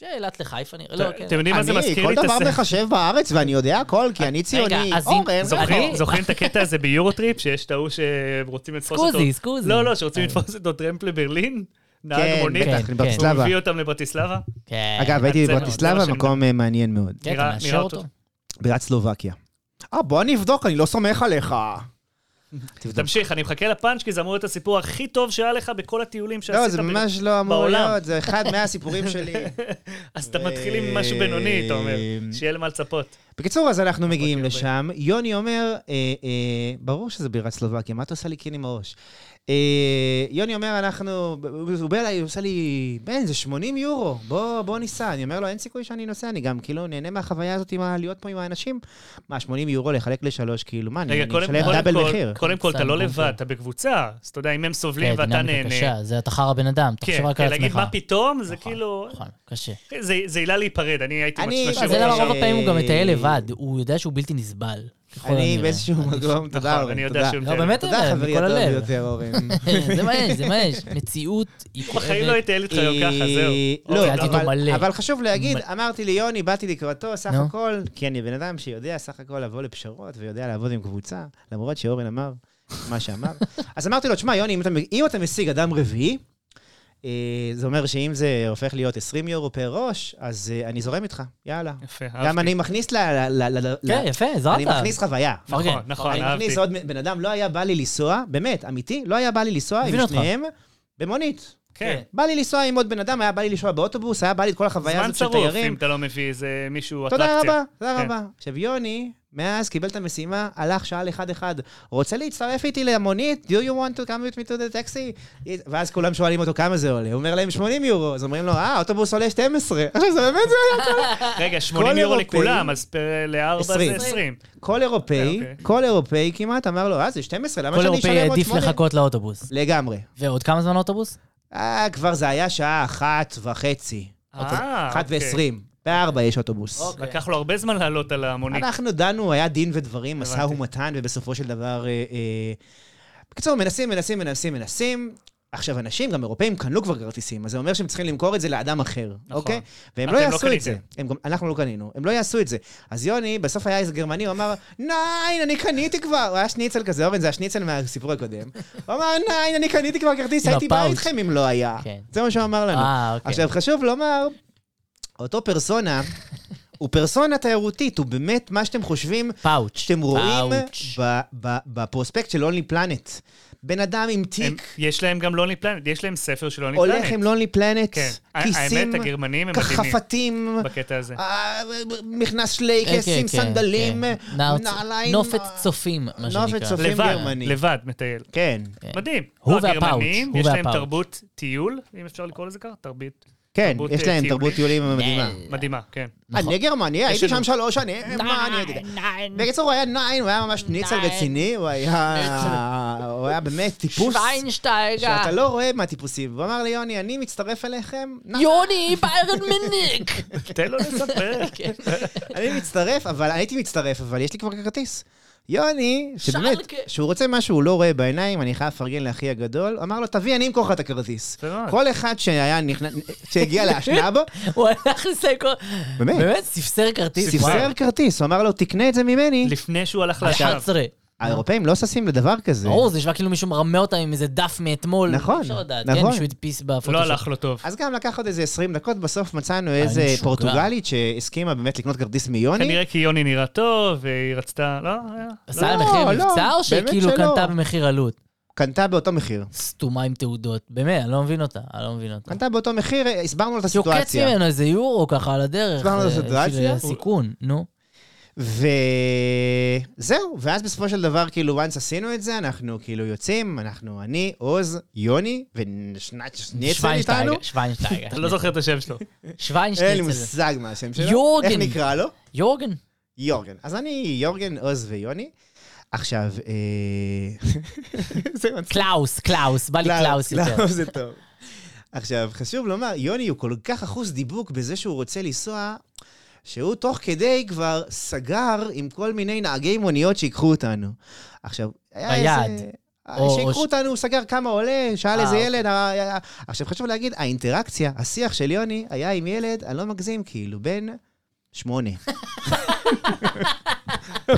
Speaker 4: שאילת לחיפה נראה, לא,
Speaker 5: ת-
Speaker 4: כן.
Speaker 5: אתם יודעים מה זה
Speaker 3: אני,
Speaker 5: מזכיר
Speaker 3: כל
Speaker 5: לי את
Speaker 3: דבר
Speaker 5: הסרט? אה,
Speaker 3: מחשב בארץ, ואני יודע הכל, כי אני ציוני.
Speaker 4: אז אם-
Speaker 3: אורן,
Speaker 4: זוכר-
Speaker 5: זוכרים-
Speaker 4: אני-
Speaker 5: זוכרים את הקטע הזה ביורוטריפ, שיש את ההוא שרוצים לתפוס אותו?
Speaker 4: סקוזי, סקוזי. אה,
Speaker 5: לא, לא, שרוצים לתפוס אותו טרמפ לברלין? נהג
Speaker 3: כן,
Speaker 5: מונית?
Speaker 3: בטח,
Speaker 4: כן,
Speaker 5: הוא
Speaker 3: ברטיסלבה.
Speaker 5: הביא אותם לברטיסלבה?
Speaker 4: כן.
Speaker 3: אגב, הייתי
Speaker 5: זה מאוד, זה
Speaker 3: בברטיסלבה,
Speaker 5: מה שאני
Speaker 3: מקום אה, מעניין מאוד.
Speaker 4: כן,
Speaker 5: נראה-
Speaker 4: אתה מאשר
Speaker 5: נראה
Speaker 4: אותו?
Speaker 5: אותו.
Speaker 3: בירת סלובקיה. אה, בוא נבדוק, אני לא סומך עליך. תבדוק.
Speaker 5: תמשיך, אני מחכה לפאנץ' כי זה אמור להיות הסיפור הכי טוב שהיה לך בכל הטיולים שעשית.
Speaker 3: לא, זה
Speaker 5: ב-
Speaker 3: ממש לא אמור
Speaker 5: בעולם.
Speaker 3: להיות, זה אחד מהסיפורים שלי.
Speaker 5: אז אתה מתחיל עם משהו בינוני, אתה אומר,
Speaker 3: אה,
Speaker 5: שיהיה למה לצפות.
Speaker 3: בקיצור, אז אנחנו מגיעים
Speaker 5: אוקיי,
Speaker 3: לשם, יוני אומר, אה, אה, ברור שזה בירת סלובקיה, מה אתה עושה לי כן עם הראש? אה, יוני אומר, אנחנו, הוא בא אליי, הוא עושה לי, בן, זה 80 יורו, בוא בוא ניסע. אני אומר לו, אין סיכוי שאני נוסע, אני גם כאילו נהנה מהחוויה הזאת, עם ה- להיות פה עם האנשים. מה, 80 יורו לחלק לשלוש, כאילו, מה, אני
Speaker 5: רגע,
Speaker 3: אני
Speaker 5: קודם
Speaker 3: אשלם
Speaker 5: קודם
Speaker 3: דאבל
Speaker 5: כל-
Speaker 3: מחיר.
Speaker 5: קודם כל, אתה לא
Speaker 4: קבוצה,
Speaker 5: לבד, אתה בקבוצה. אז אתה יודע, אם הם סובלים
Speaker 4: כן,
Speaker 5: ואתה
Speaker 4: דינמיקה
Speaker 5: נהנה...
Speaker 4: קשה, זה אתה חרא בן אדם, תחשוב
Speaker 5: כן,
Speaker 4: רק
Speaker 5: כן,
Speaker 4: על
Speaker 5: להגיד
Speaker 4: עצמך.
Speaker 5: מה פתאום, זה
Speaker 4: נכון,
Speaker 5: כאילו...
Speaker 4: נכון, קשה.
Speaker 5: זה זה עילה להיפרד, אני הייתי
Speaker 3: אני-
Speaker 5: מצ-
Speaker 3: אה,
Speaker 4: זה לא
Speaker 5: משאיר
Speaker 4: למה
Speaker 5: אותו
Speaker 4: רוב
Speaker 5: שם.
Speaker 4: הפעמים הוא גם מטייל
Speaker 3: אה,
Speaker 4: לבד, הוא יודע שהוא בלתי נסבל. ככל
Speaker 3: אני
Speaker 4: הנראה.
Speaker 3: באיזשהו מקום, תודה,
Speaker 5: נכון,
Speaker 3: אורן,
Speaker 5: אני יודע
Speaker 3: תודה.
Speaker 5: שהוא
Speaker 4: לא, באמת,
Speaker 3: תודה,
Speaker 4: אני אומר,
Speaker 3: חברי
Speaker 4: מכל
Speaker 3: הטוב
Speaker 4: הלב.
Speaker 3: ביותר, אורן.
Speaker 4: זה מה יש, זה מה יש. מציאות היא כואבת.
Speaker 5: בחיים לא אטייל איתך גם ככה, זהו.
Speaker 3: אה,
Speaker 4: אוקיי,
Speaker 3: לא,
Speaker 4: אל תטעו
Speaker 3: אבל-
Speaker 4: מלא.
Speaker 3: אבל חשוב להגיד,
Speaker 4: מלא.
Speaker 3: אמרתי ליוני, באתי לקראתו, סך
Speaker 4: נו.
Speaker 3: הכל, כי אני בן אדם שיודע סך הכל לבוא לפשרות ויודע לעבוד עם קבוצה, למרות שאורן אמר מה שאמר. אז אמרתי לו, תשמע, יוני, אם אתה- אם אתה משיג אדם רביעי, אה, זה אומר שאם זה הופך להיות 20 יורו פר ראש, אז אה, אני זורם איתך, יאללה.
Speaker 5: יפה, אהבתי.
Speaker 3: גם אני מכניס ל... ל- ל- ל-
Speaker 4: כן,
Speaker 3: ל-
Speaker 4: יפה, עזרת.
Speaker 3: אני מכניס חוויה.
Speaker 4: אוקיי.
Speaker 5: נכון, נכון,
Speaker 3: אני
Speaker 5: אהבתי.
Speaker 3: מכניס עוד בן אדם, לא היה בא לי לנסוע, באמת, אמיתי, לא היה בא לי לנסוע
Speaker 4: מבין
Speaker 3: עם
Speaker 4: אותך.
Speaker 3: שניהם במונית.
Speaker 5: כן.
Speaker 3: בא לי לנסוע עם עוד בן אדם, היה בא לי לנסוע באוטובוס, היה בא לי את כל החוויה
Speaker 5: זמן
Speaker 3: הזאת של
Speaker 5: צרוף, אם
Speaker 3: תיירים.
Speaker 5: אתה לא מביא איזה מישהו
Speaker 3: תודה
Speaker 5: אטרקציה.
Speaker 3: רבה, תודה
Speaker 5: כן.
Speaker 3: רבה. עכשיו, יוני, מאז קיבל את המשימה, הלך שאל אחד-אחד, רוצה להצטרף איתי למונית? Do you want to come with me to the taxi? ואז כולם שואלים אותו כמה זה עולה. הוא אומר להם 80 יורו, אז אומרים לו, אה, האוטובוס עולה 12. עכשיו, זה באמת זה היה כל...
Speaker 5: רגע, 80 יורו
Speaker 3: אירופאי-
Speaker 5: לכולם, אז פר- לארבע
Speaker 3: עשרים.
Speaker 5: זה 20.
Speaker 3: כל אירופאי,
Speaker 5: אוקיי.
Speaker 3: כל אירופאי כמעט אמר לו, אה, זה 12, למה
Speaker 4: כל
Speaker 3: שאני
Speaker 4: אירופאי
Speaker 3: אשלם עוד
Speaker 4: העדיף
Speaker 3: 8?
Speaker 4: לחכות לאוטובוס.
Speaker 3: לגמרי.
Speaker 4: ועוד כמה זמן האוטובוס?
Speaker 3: אה, כבר זה היה שעה אחת וחצי.
Speaker 5: אה,
Speaker 3: אחת
Speaker 5: אוקיי.
Speaker 3: ועשרים. בארבע יש אוטובוס.
Speaker 4: אוקיי.
Speaker 5: לקח לו הרבה זמן לעלות על המונית.
Speaker 3: אנחנו דנו, היה דין ודברים, משא
Speaker 5: הבנתי.
Speaker 3: ומתן, ובסופו של דבר... אה, אה, בקיצור, מנסים, מנסים, מנסים, מנסים. עכשיו, אנשים, גם אירופאים, קנו כבר כרטיסים, אז זה אומר שהם צריכים למכור את זה לאדם אחר,
Speaker 5: נכון.
Speaker 3: אוקיי? והם
Speaker 5: אתם
Speaker 3: לא
Speaker 5: לא
Speaker 3: יעשו את זה.
Speaker 5: קניתם.
Speaker 3: הם גם- אנחנו לא קנינו, הם לא יעשו את זה. אז יוני, בסוף היה איזה גרמני, הוא אמר,ניין, אני קניתי כבר. הוא היה שניצל כזה, אורן, זה השניצל מהסיפור הקודם. הוא אמר,ניין, אני קניתי כבר כרטיס,
Speaker 4: עם
Speaker 3: הייתי בא
Speaker 4: הפאוץ'.
Speaker 3: איתכם אם לא היה.
Speaker 4: כן.
Speaker 3: זה מה שהוא אמר לנו.
Speaker 4: אה, אוקיי.
Speaker 3: עכשיו, חשוב לומר, אותו פרסונה, הוא פרסונה תיירותית, הוא באמת מה שאתם חושבים,
Speaker 4: פאוץ'.
Speaker 3: שאתם רואים
Speaker 4: פאוץ'.
Speaker 3: ב- ב- בפרוספקט של אונלי פלנט. בן אדם עם
Speaker 5: הם-
Speaker 3: תיק,
Speaker 5: יש להם גם לוני פלנט, יש להם ספר של לוני פלנט.
Speaker 3: הולך עם לוני פלנט,
Speaker 5: כן.
Speaker 3: כיסים,
Speaker 5: האמת, הגרמנים הם מדהימים
Speaker 3: כחפתים,
Speaker 5: בקטע הזה.
Speaker 3: אה, מכנס
Speaker 4: כן,
Speaker 3: שלייקס
Speaker 4: כן,
Speaker 3: עם
Speaker 4: כן,
Speaker 3: סנדלים,
Speaker 4: כן. נער-
Speaker 3: נעליים.
Speaker 4: נופת
Speaker 3: אה,
Speaker 4: צופים, מה שנקרא.
Speaker 3: נופת צופים. צופים
Speaker 5: לבד,
Speaker 3: גרמני.
Speaker 5: לבד, מטייל.
Speaker 3: כן,
Speaker 4: כן.
Speaker 5: מדהים.
Speaker 4: הוא
Speaker 5: לא,
Speaker 4: והפאוץ',
Speaker 5: הגרמנים,
Speaker 4: הוא
Speaker 5: יש להם
Speaker 4: והפאוץ'.
Speaker 5: תרבות טיול, אם אפשר לקרוא לזה ככה, תרבית
Speaker 3: כן,
Speaker 5: תרבות,
Speaker 3: יש
Speaker 5: אה,
Speaker 3: להם
Speaker 5: טיולים.
Speaker 3: תרבות טיולים מדהימה.
Speaker 4: אה,
Speaker 5: מדהימה, כן.
Speaker 4: נכון.
Speaker 3: אני גרמני, הייתי
Speaker 5: לנו-
Speaker 3: שם שלוש שנים, מה אני
Speaker 4: אה,
Speaker 3: יודע. בקיצור, הוא היה נין, הוא היה ממש ניצל רציני, הוא היה... הוא היה באמת טיפוס.
Speaker 4: שוויינשטייגר.
Speaker 3: שאתה לא רואה מהטיפוסים. והוא אמר לי, יוני, אני מצטרף אליכם. נע-
Speaker 4: יוני ביירן מניק.
Speaker 5: תן לו לספר.
Speaker 3: כן. אני מצטרף, אבל הייתי מצטרף, אבל יש לי כבר כרטיס. יוני, שבאמת,
Speaker 4: שאלקה.
Speaker 3: שהוא רוצה משהו, הוא לא רואה בעיניים, אני חייב לפרגן לאחי הגדול, אמר לו, תביא, אני אמכור לך את הכרטיס.
Speaker 5: יפה מאוד.
Speaker 3: כל אחד שהיה נכנס, שהגיע לאשנב,
Speaker 4: הוא הלך לסייקו.
Speaker 3: באמת.
Speaker 4: באמת, ספסר כרטיס. וואו.
Speaker 3: ספסר כרטיס, הוא אמר לו, תקנה את זה ממני.
Speaker 5: לפני שהוא הלך לשם.
Speaker 4: 11.
Speaker 3: האירופאים לא ששים לדבר כזה.
Speaker 4: ברור, זה נשמע כאילו מישהו מרמה אותם עם איזה דף מאתמול.
Speaker 3: נכון,
Speaker 4: אפשר לדעת,
Speaker 3: נכון.
Speaker 4: כן, שהוא הדפיס בפוטושופ.
Speaker 5: לא הלך לו טוב.
Speaker 3: אז גם לקח עוד איזה 20 דקות, בסוף מצאנו איזה
Speaker 4: משוגע.
Speaker 3: פורטוגלית שהסכימה באמת לקנות כרטיס מיוני.
Speaker 5: כנראה כי יוני נראה טוב, והיא רצתה... לא, אה,
Speaker 4: עשה
Speaker 3: לא,
Speaker 4: לה מחיר
Speaker 3: לא,
Speaker 4: מבצע, או
Speaker 3: באמת
Speaker 4: שכאילו
Speaker 3: שלא.
Speaker 4: קנתה במחיר עלות?
Speaker 3: קנתה באותו מחיר.
Speaker 4: סתומה עם תעודות. באמת, אני לא מבין אותה. אני לא מבין אותה.
Speaker 3: קנתה באותו מחיר, אה, הסברנו לו את
Speaker 4: כי הוא קץ
Speaker 3: הסיטואציה.
Speaker 4: ממנו איזה יורו ככה על הדרך.
Speaker 3: הסברנו לו את
Speaker 4: אה,
Speaker 3: הסיטואציה?
Speaker 4: בשביל
Speaker 3: הוא-
Speaker 4: הסיכון, נו.
Speaker 3: וזהו, ואז בסופו של דבר, כאילו, once עשינו את זה, אנחנו כאילו יוצאים, אנחנו, אני, עוז, יוני, ושניצל איתנו.
Speaker 4: שוויינשטייגר.
Speaker 5: אתה לא זוכר את השם שלו.
Speaker 3: אין לי
Speaker 4: שוויינשטייגר.
Speaker 3: מושג מה השם שלו.
Speaker 4: יורגן.
Speaker 3: איך נקרא לו?
Speaker 4: יורגן.
Speaker 3: יורגן. אז אני יורגן, עוז ויוני. עכשיו, אה... זה מצחיק.
Speaker 4: קלאוס, קלאוס, בא לי קלאוס יותר.
Speaker 3: קלאוס לא, זה טוב. עכשיו, חשוב לומר, יוני הוא כל כך אחוז דיבוק בזה שהוא רוצה לנסוע, שהוא תוך כדי כבר סגר עם כל מיני נהגי מוניות שיקחו אותנו. עכשיו, היה
Speaker 4: ביד.
Speaker 3: איזה... אה,
Speaker 4: או- או ש-
Speaker 3: שיקחו אותנו, הוא סגר כמה עולה, שאל
Speaker 4: אה,
Speaker 3: איזה
Speaker 4: אוקיי.
Speaker 3: ילד. ה- ה- ה- עכשיו, חשוב להגיד, האינטראקציה, השיח של יוני היה עם ילד, אני לא מגזים, כאילו, בן שמונה.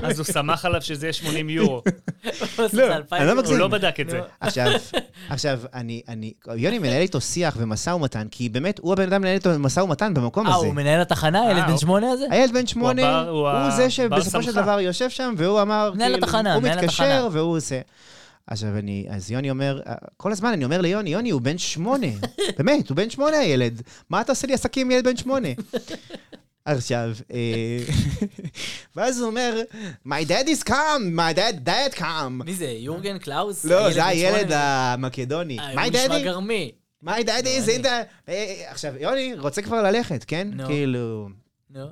Speaker 5: אז הוא שמח עליו שזה יהיה 80 יורו.
Speaker 3: אני לא
Speaker 5: הוא
Speaker 3: מגזים.
Speaker 5: לא בדק את זה.
Speaker 3: עכשיו, עכשיו, אני, אני, יוני מנהל איתו שיח ומשא ומתן, כי באמת, הוא הבן אדם מנהל איתו משא ומתן במקום
Speaker 4: אה,
Speaker 3: הזה. אה,
Speaker 4: הוא מנהל התחנה, ילד בן
Speaker 5: אוקיי.
Speaker 4: שמונה הזה?
Speaker 3: הילד בן שמונה,
Speaker 5: הבר-
Speaker 3: הוא,
Speaker 5: הוא ה-
Speaker 3: זה
Speaker 5: בר
Speaker 3: שבסופו של
Speaker 5: סמכה.
Speaker 3: דבר יושב שם, והוא אמר, כאילו,
Speaker 4: מנהל התחנה,
Speaker 3: הוא
Speaker 4: מנהל
Speaker 3: מתקשר
Speaker 4: התחנה.
Speaker 3: והוא עושה. עכשיו אני, אז יוני אומר, כל הזמן אני אומר ליוני, יוני הוא בן שמונה, באמת, הוא בן שמונה הילד, מה אתה עושה לי עסקים עם ילד בן שמונה? עכשיו, אה, ואז הוא אומר, my dad is come, my dad dad come.
Speaker 4: מי זה, יורגן קלאוס?
Speaker 3: לא,
Speaker 4: הילד
Speaker 3: זה
Speaker 4: בן
Speaker 3: הילד
Speaker 4: שמונה?
Speaker 3: המקדוני.
Speaker 4: אה,
Speaker 3: my
Speaker 4: הוא נשמע לא,
Speaker 3: daddy,
Speaker 4: גרמי.
Speaker 3: my daddy is in the... אה, עכשיו, יוני רוצה כבר ללכת, כן?
Speaker 4: נו. אה,
Speaker 3: כאילו,
Speaker 4: נו,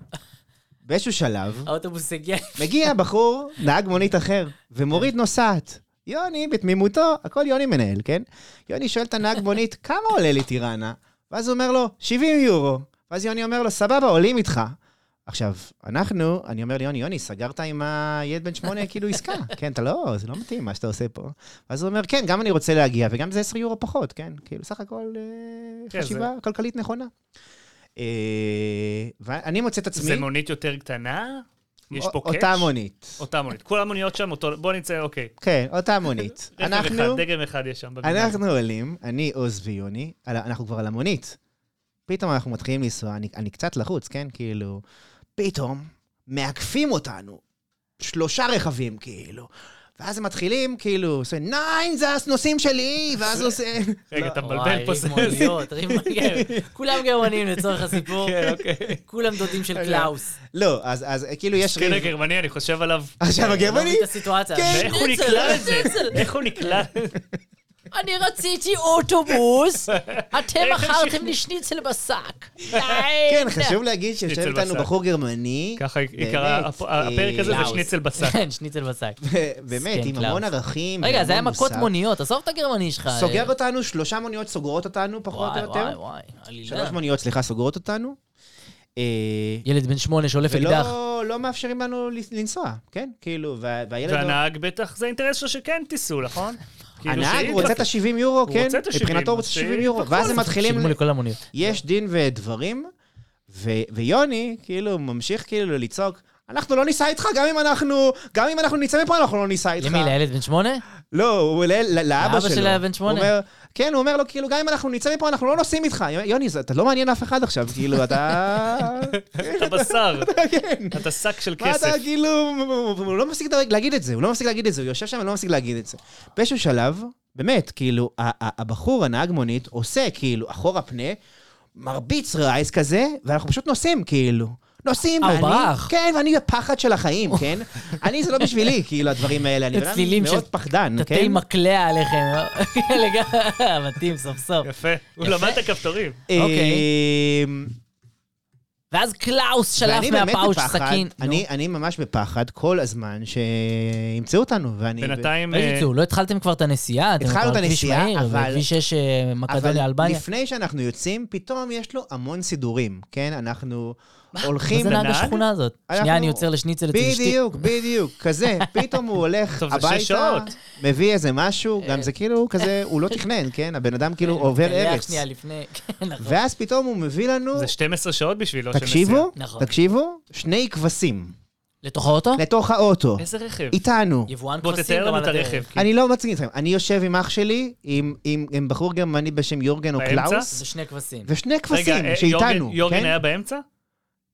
Speaker 3: באיזשהו שלב...
Speaker 4: האוטובוס הגיע.
Speaker 3: מגיע בחור, נהג מונית אחר,
Speaker 5: כן.
Speaker 3: ומורית נוסעת. יוני, בתמימותו, הכל יוני מנהל, כן? יוני שואל את הנהג מונית, כמה עולה לי טירנה? ואז הוא אומר לו, 70 יורו. ואז יוני אומר לו, סבבה, עולים איתך. עכשיו, אנחנו, אני אומר ליוני, יוני, סגרת עם הילד בן שמונה כאילו עסקה. כן, אתה לא, זה לא מתאים מה שאתה עושה פה. ואז הוא אומר, כן, גם אני רוצה להגיע, וגם זה 10 יורו פחות, כן? כאילו, סך הכל
Speaker 5: כן,
Speaker 3: אה,
Speaker 5: זה-
Speaker 3: חשיבה כלכלית נכונה. אה, ואני מוצא את עצמי...
Speaker 5: זה מונית יותר קטנה? יש
Speaker 3: א-
Speaker 5: פה קאץ'?
Speaker 3: אותה מונית.
Speaker 5: אותה מונית. כל המוניות שם, אותו... בוא נצא, אוקיי.
Speaker 3: כן, אותה מונית.
Speaker 5: רכב
Speaker 3: אנחנו...
Speaker 5: אחד, דגם אחד יש שם. בבניין.
Speaker 3: אנחנו עולים, אני, עוז ויוני, על ה- אנחנו כבר על המונית. פתאום אנחנו מתחילים לנסוע, אני, אני קצת לחוץ, כן? כאילו, פתאום מעקפים אותנו. שלושה רכבים, כאילו. ואז הם מתחילים, כאילו, עושה, נין, זה הסנוסים שלי! ואז הוא עושה...
Speaker 5: רגע,
Speaker 3: לא.
Speaker 5: אתה מבלבל
Speaker 4: וואי,
Speaker 5: פה
Speaker 4: ריב
Speaker 5: זה.
Speaker 4: מוניות, ריב מוניות. כולם גרמנים לצורך הסיפור,
Speaker 5: כן, אוקיי.
Speaker 4: כולם דודים של קלאוס.
Speaker 3: לא, אז, אז אה, כאילו יש
Speaker 5: כן,
Speaker 3: ריב.
Speaker 5: הגרמני, אני חושב עליו.
Speaker 3: עכשיו
Speaker 4: לא מבין
Speaker 3: הגרמני,
Speaker 4: את הסיטואציה.
Speaker 3: כן.
Speaker 5: ואיך הוא
Speaker 4: שניצל,
Speaker 5: נקלע לזה?
Speaker 4: שניצל.
Speaker 5: איך הוא נקלע?
Speaker 4: אני רציתי אוטובוס, אתם
Speaker 5: איך המשיך?
Speaker 4: מכרתם לי שניצל בשק. די.
Speaker 3: כן, חשוב להגיד שיושב
Speaker 5: שניצל
Speaker 3: איתנו
Speaker 5: בשק.
Speaker 3: בחור גרמני.
Speaker 5: ככה
Speaker 3: באמת,
Speaker 5: עיקרה, הפ-
Speaker 3: אה,
Speaker 5: הפרק הזה זה
Speaker 3: לאוס.
Speaker 5: שניצל בשק.
Speaker 4: כן, שניצל בשק.
Speaker 3: באמת, עם
Speaker 4: כן, קלאוס.
Speaker 3: המון ערכים.
Speaker 4: רגע,
Speaker 3: והמון
Speaker 4: זה היה מכות
Speaker 3: מוסר.
Speaker 4: מוניות, עזוב את הגרמני שלך.
Speaker 3: סוגר אותנו, שלושה מוניות סוגרות אותנו, פחות או
Speaker 4: וואי, וואי,
Speaker 3: יותר.
Speaker 4: וואי,
Speaker 3: שלוש
Speaker 4: עלילה.
Speaker 3: מוניות, סליחה, סוגרות אותנו. אה,
Speaker 4: ילד בן שמונה שולף אקדח.
Speaker 3: ולא לא מאפשרים לנו ל- לנסוע, כן? כאילו, וה- והילד...
Speaker 5: והנהג בטח, זה האינטרס שלו שכן תיסעו, נכון? כאילו
Speaker 3: לא- הנהג
Speaker 5: שאם-
Speaker 3: רוצה את ה-70 יורו,
Speaker 5: הוא
Speaker 3: כן?
Speaker 5: רוצה את ה-70,
Speaker 3: מבחינתו הוא רוצה
Speaker 5: אז
Speaker 3: 70 יורו. ואז הם מתחילים...
Speaker 4: שילמו לכל המוניות.
Speaker 3: יש דין ודברים, ו- ויוני, כאילו, ממשיך כאילו לצעוק, אנחנו לא ניסע איתך, גם אם אנחנו... גם אם אנחנו נצא מפה, אנחנו לא ניסע איתך.
Speaker 4: למי, לילד בן שמונה?
Speaker 3: לא, הוא ל- ל- לאבא
Speaker 4: לאבא
Speaker 3: שלו.
Speaker 4: שלה, בן שמונה.
Speaker 3: הוא אומר- כן, הוא אומר לו, כאילו, גם אם אנחנו נצא מפה, אנחנו לא נוסעים איתך. יוני, זה- אתה לא מעניין אף אחד עכשיו, כאילו, אתה...
Speaker 5: אתה בשר,
Speaker 3: כן.
Speaker 5: אתה שק של
Speaker 3: מה
Speaker 5: כסף.
Speaker 3: אתה כאילו, הוא לא מפסיק להגיד את זה, הוא לא מפסיק להגיד את זה, הוא יושב שם ולא מפסיק להגיד את זה. באיזשהו שלב, באמת, כאילו, ה- ה- הבחור, הנהג מונית, עושה כאילו אחורה פנה, מרביץ רייס כזה, ואנחנו פשוט נוסעים, כאילו. נוסעים,
Speaker 4: אה, הוא
Speaker 3: ואני...
Speaker 4: ברח.
Speaker 3: כן, ואני בפחד של החיים, כן? אני, זה לא בשבילי, כאילו, הדברים האלה. אני בן אדם
Speaker 4: הצלילים של
Speaker 3: מאוד פחדן,
Speaker 4: תתי
Speaker 3: כן?
Speaker 4: מקלע עליכם. לגמרי, מתאים סוף סוף.
Speaker 5: יפה. הוא למד את הכפתורים.
Speaker 3: אה,
Speaker 4: אוקיי.
Speaker 3: אמ,
Speaker 4: ואז קלאוס שלף
Speaker 3: ואני באמת
Speaker 4: מהפאוץ'
Speaker 3: בפחד,
Speaker 4: סכין.
Speaker 3: אני, אני ממש בפחד כל הזמן שימצאו אותנו, ואני...
Speaker 5: בינתיים...
Speaker 4: נו. איזה
Speaker 5: אה,
Speaker 4: צור, לא התחלתם כבר את הנסיעה? אתם
Speaker 3: התחלנו
Speaker 4: כבר
Speaker 3: את
Speaker 4: בכביש
Speaker 3: הנסיעה,
Speaker 4: מהיר,
Speaker 3: אבל-
Speaker 4: בכביש 6 אה, מקדוניה אלבניה.
Speaker 3: לפני שאנחנו יוצאים, פתאום יש לו המון סידורים, כן? אנחנו
Speaker 4: מה
Speaker 3: הולכים...
Speaker 4: זה נהג
Speaker 5: לנהג?
Speaker 4: השכונה הזאת?
Speaker 3: אנחנו-
Speaker 4: שנייה, אני עוצר לשניצל אצל אשתי.
Speaker 3: בדיוק, בדיוק, כזה. פתאום הוא הולך
Speaker 5: טוב, זה שש
Speaker 3: הביתה,
Speaker 5: שעות.
Speaker 3: מביא איזה
Speaker 4: אה.
Speaker 3: משהו, גם זה כאילו כזה, הוא לא תכנן, כן? הבן אדם כאילו עובר
Speaker 4: קלח
Speaker 3: ארץ.
Speaker 4: שנייה לפני, כן, נכון.
Speaker 3: ואז פתאום הוא מביא לנו...
Speaker 5: זה 12 שעות בשבילו של נסיעה.
Speaker 3: תקשיבו,
Speaker 4: נכון.
Speaker 3: תקשיבו, שני כבשים
Speaker 4: לתוך האוטו?
Speaker 3: לתוך האוטו,
Speaker 5: איזה רכב?
Speaker 3: איתנו.
Speaker 4: יבואן
Speaker 5: בוא
Speaker 4: כבשים
Speaker 5: תתאר
Speaker 4: גם
Speaker 5: לנו
Speaker 4: על
Speaker 5: את
Speaker 4: הדרך.
Speaker 5: הרכב.
Speaker 3: אני לא מצחיק איתכם, אני יושב עם אח שלי, עם- עם עם בחור גרמני בשם יורגן או
Speaker 5: באמצע?
Speaker 3: קלאוס,
Speaker 4: זה שני כבשים.
Speaker 3: ושני
Speaker 5: רגע,
Speaker 3: כבשים
Speaker 5: אה,
Speaker 3: שאיתנו,
Speaker 5: יורגן- יורגן
Speaker 3: כן?
Speaker 5: היה באמצע?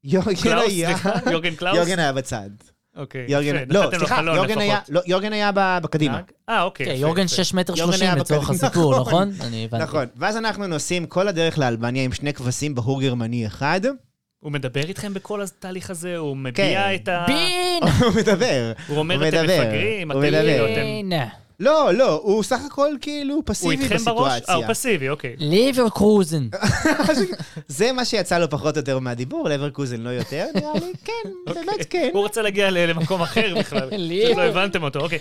Speaker 3: יורגן
Speaker 5: קלאוס,
Speaker 3: היה...
Speaker 5: סליחה, יורגן קלאוס?
Speaker 3: יורגן היה בצד.
Speaker 5: אוקיי,
Speaker 3: יורגן...
Speaker 5: יפה,
Speaker 3: לא,
Speaker 5: נתתם לו
Speaker 3: סליחה,
Speaker 5: חלון
Speaker 3: יורגן היה...
Speaker 5: לפחות.
Speaker 3: לא, יורגן היה ב- בקדימה.
Speaker 5: נהג? אה, אוקיי.
Speaker 4: כן,
Speaker 5: יפה,
Speaker 4: יורגן
Speaker 5: יפה.
Speaker 4: 6 מטר
Speaker 3: יורגן
Speaker 4: 30
Speaker 3: היה
Speaker 4: לצורך
Speaker 3: בקדימה.
Speaker 4: הסיפור,
Speaker 3: נכון.
Speaker 4: נכון? אני הבנתי.
Speaker 3: נכון. ואז אנחנו נוסעים כל הדרך לאלבניה עם שני כבשים, בחור גרמני אחד.
Speaker 5: הוא מדבר איתכם בכל התהליך הזה, הוא
Speaker 3: כן.
Speaker 5: מביע את ה...
Speaker 4: בין!
Speaker 5: אוקיי,
Speaker 3: הוא מדבר.
Speaker 5: הוא אומר,
Speaker 3: הוא
Speaker 5: אתם
Speaker 3: מדבר,
Speaker 5: מפגרים, אתם
Speaker 3: הוא מדבר.
Speaker 5: כאילו, אתם...
Speaker 4: בין!
Speaker 3: לא, לא, הוא סך הכל כאילו
Speaker 5: הוא
Speaker 3: פסיבי
Speaker 5: איתכם בראש? אה, הוא
Speaker 3: בסיטואציה.
Speaker 5: פסיבי, אוקיי.
Speaker 4: ליבר קרוזן.
Speaker 3: זה מה שיצא לו פחות או יותר מהדיבור, לברקוזן לא יותר, נראה לי, כן,
Speaker 5: אוקיי.
Speaker 3: באמת כן.
Speaker 5: הוא רוצה להגיע ל- למקום אחר בכלל,
Speaker 4: לי-
Speaker 5: פשוט לא הבנתם אותו, אוקיי.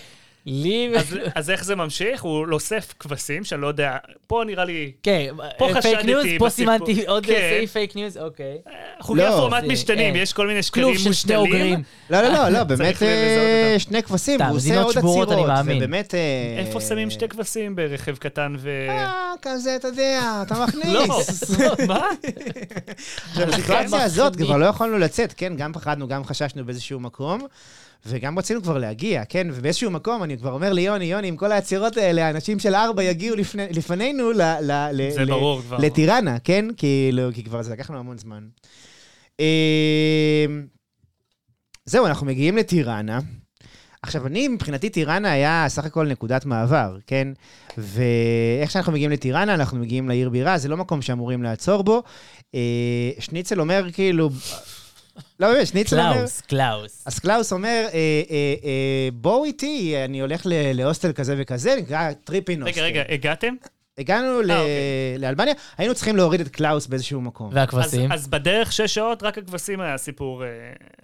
Speaker 4: ליבר...
Speaker 5: אז- אז איך זה ממשיך? הוא אוסף כבשים, שאני לא יודע, פה נראה לי...
Speaker 4: כן,
Speaker 5: פה
Speaker 4: פייק
Speaker 5: חשדתי
Speaker 4: ניוז, פה
Speaker 5: בסיפור.
Speaker 4: סימנתי עוד
Speaker 5: כן.
Speaker 4: סעיף פייק ניוז, אוקיי.
Speaker 5: חוקי
Speaker 3: לא.
Speaker 5: הפורמט
Speaker 4: זה-
Speaker 5: משתנים,
Speaker 4: אה,
Speaker 5: יש כל מיני שקרים
Speaker 4: כלוב
Speaker 5: מושתלים.
Speaker 4: של שני אוגרים.
Speaker 3: לא, לא, לא, לא, באמת
Speaker 5: אה, צריך לזהות
Speaker 3: אה,
Speaker 5: אותם.
Speaker 3: שני כבשים,
Speaker 4: סתם,
Speaker 3: הוא עושה
Speaker 4: מדינות
Speaker 3: עוד
Speaker 4: שבורות,
Speaker 3: עצירות.
Speaker 4: אני מאמין.
Speaker 3: ובאמת... אה,
Speaker 5: איפה שמים שתי כבשים ברכב קטן ו...
Speaker 3: אה, כזה, אתה יודע, אתה
Speaker 5: לא, כן
Speaker 3: מכניס.
Speaker 5: מה?
Speaker 3: עכשיו, בסיטואציה הזאת
Speaker 4: מחרימים.
Speaker 3: כבר לא יכולנו לצאת, כן? גם פחדנו, גם חששנו באיזשהו מקום, וגם רצינו כבר להגיע, כן? ובאיזשהו מקום אני כבר אומר ליוני, יוני, עם כל העצירות האלה, האנשים של ארבע יגיעו לפני- לפנינו ל... ל- ל-
Speaker 5: זה
Speaker 3: ל-
Speaker 5: ברור כבר.
Speaker 3: לטירנה, כן? כאילו, כי כבר זה לקח לנו המון זמן. אה, אמ, זהו, אנחנו מגיעים לטירנה. עכשיו, אני, מבחינתי טירנה היה סך הכל נקודת מעבר, כן? ואיך שאנחנו מגיעים לטירנה, אנחנו מגיעים לעיר בירה, זה לא מקום שאמורים לעצור בו. אה, שניצל אומר כאילו... לא, באמת, שניצל אומר...
Speaker 4: קלאוס, קלאוס.
Speaker 3: אז קלאוס אומר, אה, אה, אה, בואו איתי, אני הולך ל- להוסטל כזה וכזה, נקרא טריפין הוסטל.
Speaker 5: רגע, רגע, הגעתם?
Speaker 3: הגענו ל-
Speaker 5: אוקיי.
Speaker 3: לאלבניה, היינו צריכים להוריד את קלאוס באיזשהו מקום.
Speaker 5: אז,
Speaker 4: והכבשים?
Speaker 5: אז בדרך שש שעות, רק הכבשים היה סיפור אה,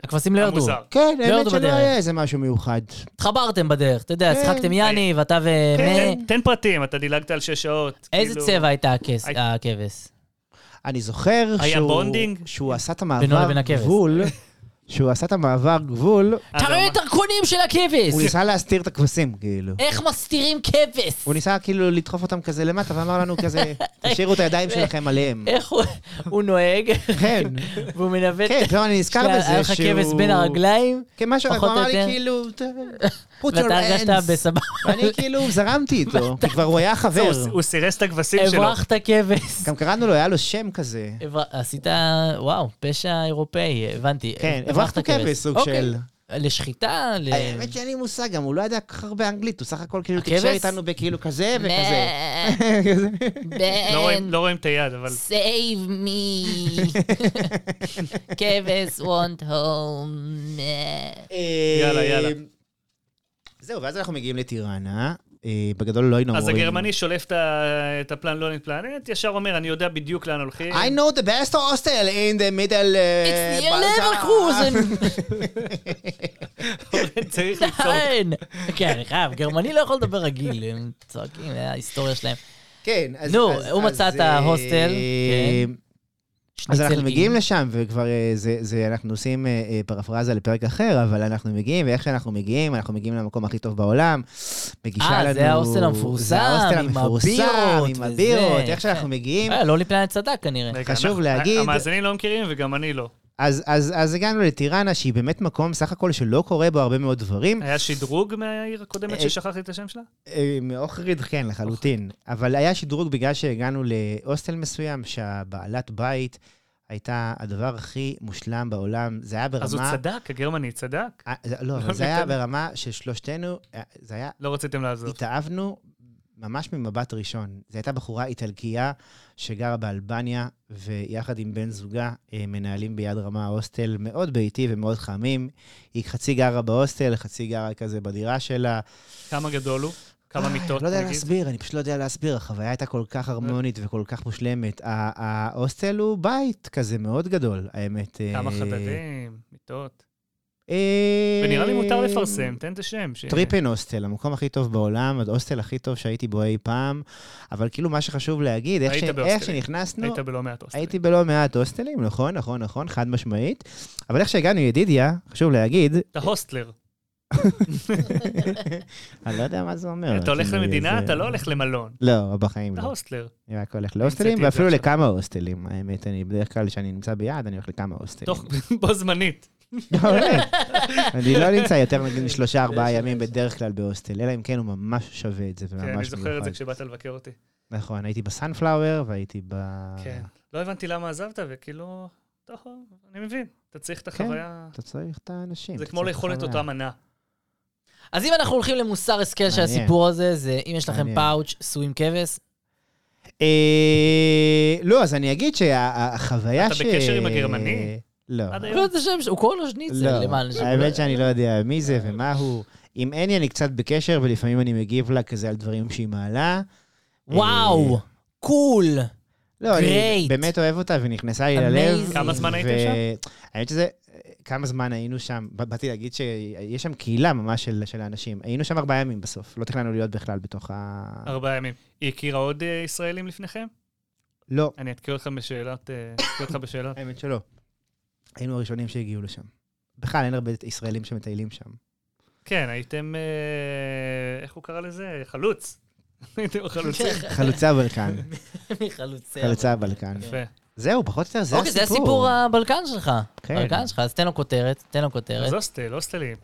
Speaker 4: הכבשים לא ירדו.
Speaker 5: המוזר.
Speaker 3: כן,
Speaker 4: לא
Speaker 3: האמת
Speaker 4: ירדו
Speaker 3: שלא
Speaker 4: בדרך.
Speaker 3: היה איזה משהו מיוחד.
Speaker 4: התחברתם בדרך, אתה יודע,
Speaker 3: כן.
Speaker 4: שיחקתם יאני ואתה ו...
Speaker 5: תן-
Speaker 4: מ-
Speaker 5: תן פרטים, אתה דילגת על שש שעות.
Speaker 4: איזה
Speaker 5: כאילו,
Speaker 4: צבע הייתה הכס-
Speaker 5: הי-
Speaker 4: הכבש?
Speaker 3: אני זוכר
Speaker 5: היה
Speaker 3: שהוא-
Speaker 5: בונדינג?
Speaker 3: שהוא עשה את
Speaker 4: בינו
Speaker 3: המעבר
Speaker 4: לבין הכבש.
Speaker 3: גבול שהוא עשה את המעבר גבול,
Speaker 4: תראה את הרקונים של הכבש!
Speaker 3: לא, הוא ניסה להסתיר את הכבשים, כאילו.
Speaker 4: איך מסתירים כבש?
Speaker 3: הוא ניסה כאילו לדחוף אותם כזה למטה, ואמר לנו כזה, תשאירו את הידיים שלכם עליהם.
Speaker 4: איך הוא- הוא נוהג,
Speaker 3: כן,
Speaker 4: והוא מנווט...
Speaker 3: כן, פתאום אני נזכר
Speaker 4: שהיה-
Speaker 3: בזה
Speaker 4: היה לך
Speaker 3: שהוא-
Speaker 4: כבש בין הרגליים,
Speaker 3: כן, משהו, הוא
Speaker 4: פחות או
Speaker 3: אמר לי
Speaker 4: יותר.
Speaker 3: כאילו, put your
Speaker 4: ואתה הרגשת
Speaker 3: hands.
Speaker 4: בסבבה.
Speaker 3: ואני כאילו זרמתי איתו, כי כבר הוא היה חבר.
Speaker 5: הוא- הוא סירס את הכבשים שלו.
Speaker 4: הברחת כבש.
Speaker 3: גם קראנו לו, היה לו שם כזה.
Speaker 4: הבר- עשית, וואו, פשע אירופאי, הבנתי.
Speaker 3: כן,
Speaker 4: הברחת
Speaker 3: הברחנו כבש, סוג
Speaker 4: אוקיי.
Speaker 3: של- אה,
Speaker 4: לשחיטה, ל...
Speaker 3: האמת שאין לי מושג גם, הוא לא ידע כל כך הרבה אנגלית, הוא סך הכל כאילו
Speaker 4: כן. הכבש?
Speaker 3: תקשר איתנו בכאילו כזה וכזה.
Speaker 5: לא רואים- לא רואים את היד, אבל...
Speaker 4: סייב מי. כבש וונט הום.
Speaker 5: יאללה, יאללה.
Speaker 3: אה, זהו, ואז אנחנו מגיעים לטיראנה, אה, בגדול לא היינו
Speaker 5: אז
Speaker 3: אמורים...
Speaker 5: הגרמני שולף את ה- את הפלן לא נתפלנט, ישר אומר, אני יודע בדיוק לאן הולכים.
Speaker 3: I know the best hostel in the middle... אה,
Speaker 4: It's near
Speaker 3: Balkan."
Speaker 4: Leverkusen.
Speaker 5: אורן צריך ליצור.
Speaker 4: כן. כן, אני חייב, גרמני לא יכול לדבר רגיל, הם צועקים, זה ההיסטוריה שלהם.
Speaker 3: כן, אז...
Speaker 4: נו,
Speaker 3: אז-
Speaker 4: הוא
Speaker 3: אז,
Speaker 4: מצא את
Speaker 3: אה,
Speaker 4: ההוסטל,
Speaker 3: אה,
Speaker 4: כן.
Speaker 3: אז אנחנו
Speaker 4: שניצל
Speaker 3: מגיעים
Speaker 4: עם-
Speaker 3: לשם, וכבר אה, זה, זה, אנחנו עושים אה, אה, פרפרזה לפרק אחר, אבל אנחנו מגיעים, ואיך שאנחנו מגיעים, אנחנו מגיעים למקום הכי טוב בעולם. מגישה לנו...
Speaker 4: אה, זה ההוסטל המפורסם,
Speaker 3: זה ההוסטל
Speaker 4: עם
Speaker 3: המפורסם,
Speaker 4: הבירות
Speaker 3: עם
Speaker 4: וזה,
Speaker 3: הבירות, איך
Speaker 4: כן.
Speaker 3: שאנחנו מגיעים.
Speaker 4: אה, לא לפני הצדק כנראה.
Speaker 5: רגע,
Speaker 3: חשוב
Speaker 5: כן. אנחנו-
Speaker 3: להגיד-
Speaker 5: המאזינים לא מכירים וגם אני לא.
Speaker 3: אז, אז, אז הגענו לטיראנה, שהיא באמת מקום, סך הכל, שלא קורה בו הרבה מאוד דברים.
Speaker 5: היה שדרוג מהעיר הקודמת
Speaker 3: אה,
Speaker 5: ששכחתי את השם שלה?
Speaker 3: אה, מאוכריד, כן, לחלוטין. אבל היה שדרוג בגלל שהגענו להוסטל מסוים, שהבעלת בית הייתה הדבר הכי מושלם בעולם. זה היה ברמה...
Speaker 5: אז הוא צדק, הגרמני צדק.
Speaker 3: אה, זה- לא, אבל
Speaker 5: לא
Speaker 3: זה היה
Speaker 5: ניתן.
Speaker 3: ברמה של שלושתנו, אה, זה היה,
Speaker 5: לא רציתם לעזוב.
Speaker 3: התאהבנו ממש ממבט ראשון. זו הייתה בחורה איטלקייה שגרה באלבניה, ויחד עם בן זוגה אה, מנהלים ביד רמה הוסטל מאוד ביתי ומאוד חמים. היא חצי גרה בהוסטל, חצי גרה כזה בדירה שלה.
Speaker 5: כמה גדול הוא? כמה
Speaker 3: אה,
Speaker 5: מיטות?
Speaker 3: לא יודע
Speaker 5: נגיד?
Speaker 3: להסביר, אני פשוט לא יודע להסביר. החוויה הייתה כל כך הרמונית וכל כך מושלמת. ה- ההוסטל הוא בית כזה מאוד גדול, האמת. אה,
Speaker 5: כמה חדרים? מיטות?
Speaker 3: אה,
Speaker 5: ונראה לי מותר לפרסם, תן את השם. ש-
Speaker 3: טריפן הוסטל, המקום הכי טוב בעולם, ההוסטל הכי טוב שהייתי בו אי פעם, אבל כאילו מה שחשוב להגיד, איך, ש...
Speaker 5: היית
Speaker 3: איך
Speaker 5: בהוסטלים.
Speaker 3: שנכנסנו,
Speaker 5: היית בלא מעט הוסטלים.
Speaker 3: לא, הייתי בלא מעט הוסטלים, נכון, נכון, נכון, חד משמעית, אבל איך שהגענו ידידיה, חשוב להגיד,
Speaker 5: אתה הוסטלר.
Speaker 3: אני לא יודע מה זה אומר.
Speaker 5: אתה הולך
Speaker 3: זה-
Speaker 5: למדינה,
Speaker 3: זה-
Speaker 5: אתה לא הולך למלון.
Speaker 3: לא, בחיים
Speaker 5: אתה
Speaker 3: לא.
Speaker 5: הוסטלר.
Speaker 3: אני רק הולך להוסטלים,
Speaker 5: המצאתי את זה
Speaker 3: ואפילו
Speaker 5: עכשיו.
Speaker 3: לכמה הוסטלים, האמת, אני בדרך כלל כשאני נמצא ביעד, אני הולך לכמה הוסטלים.
Speaker 5: תוך- בו זמנית.
Speaker 3: מעולה. אני לא נמצא יותר נגיד שלושה, ארבעה ימים בדרך כלל בהוסטל, אלא אם כן הוא ממש שווה את זה, וממש
Speaker 5: כן,
Speaker 3: מיוחד.
Speaker 5: אני זוכר את זה כשבאת לבקר אותי.
Speaker 3: נכון, הייתי בסאנפלאואר והייתי ב...
Speaker 5: כן. לא הבנתי למה עזבת, וכאילו, טוב, אני מבין. אתה צריך את
Speaker 3: כן.
Speaker 5: החוויה.
Speaker 3: אתה צריך את האנשים.
Speaker 5: זה
Speaker 3: אתה
Speaker 5: כמו
Speaker 3: צריך
Speaker 5: לאכול את
Speaker 3: החוויה.
Speaker 5: אותה מנה.
Speaker 4: אז אם אנחנו הולכים למוסר השכל של
Speaker 3: מעניין.
Speaker 4: הסיפור הזה, זה אם יש לכם
Speaker 3: מעניין.
Speaker 4: פאוץ', סו עם כבש,
Speaker 3: אה, לא, אז אני אגיד שהחוויה
Speaker 5: אתה
Speaker 3: ש...
Speaker 5: בקשר עם הגרמני?
Speaker 3: לא.
Speaker 5: עד היום.
Speaker 4: לא את השם שלו, הוא קורא לו שניצל,
Speaker 3: לא,
Speaker 4: למען השם.
Speaker 3: האמת שאני לא יודע מי זה ומה הוא. עם אני אני קצת בקשר, ולפעמים אני מגיב לה כזה על דברים שהיא מעלה. אה,
Speaker 4: וואו, קול.
Speaker 3: לא, אני
Speaker 4: Great.
Speaker 3: באמת אוהב אותה, ונכנסה לי ללב.
Speaker 4: Amazing.
Speaker 5: כמה זמן
Speaker 3: ו-
Speaker 5: הייתם שם?
Speaker 3: האמת שזה, כמה זמן היינו שם, ב- באתי להגיד שיש שם קהילה ממש של של האנשים. היינו שם ארבעה ימים בסוף, לא תכננו להיות בכלל בתוך ה...
Speaker 5: ארבעה ימים. היא הכירה עוד אה, ישראלים לפניכם?
Speaker 3: לא,
Speaker 5: אני אתקיע אותך בשאלות. אה, אתקיע אותך בשאלות.
Speaker 3: האמת שלא. היינו הראשונים שהגיעו לשם. בכלל, אין הרבה ישראלים שמטיילים שם.
Speaker 5: כן, הייתם, אה, איך הוא קרא לזה? חלוץ. הייתם חלוצים.
Speaker 3: חלוצי הבלקן.
Speaker 4: חלוצי.
Speaker 3: חלוצי הבלקן.
Speaker 5: יפה.
Speaker 3: זהו, פחות או יותר, זה
Speaker 4: אוקיי, זה
Speaker 3: הסיפור.
Speaker 4: הסיפור הבלקן שלך.
Speaker 3: כן.
Speaker 4: הבלקן שלך, אז תן לו כותרת, תן לו כותרת.
Speaker 5: אז הוסטל, הוסטלים.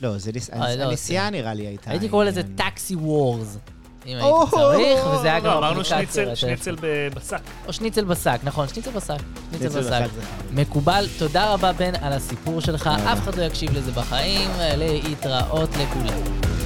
Speaker 3: לא, זה ניס-
Speaker 4: אה, לא,
Speaker 3: הנסיעה נראה לי הייתה.
Speaker 4: הייתי קורא לזה
Speaker 3: העניין. טאקסי.
Speaker 4: טקסי וורז. אם
Speaker 3: אה. או,
Speaker 4: הייתי צריך, וזה היה
Speaker 5: לא,
Speaker 4: גם
Speaker 5: אמרנו
Speaker 4: אפליקציה
Speaker 5: שניצל,
Speaker 4: בטלפון.
Speaker 5: שניצל בבשק.
Speaker 4: או שניצל בשק, נכון, שניצל בשק. שניצל
Speaker 3: שניצל
Speaker 4: בשק.
Speaker 3: בשק זה חמוד.
Speaker 4: מקובל, תודה רבה בן על הסיפור שלך, אף אחד לא יקשיב לזה בחיים, להתראות לכולם.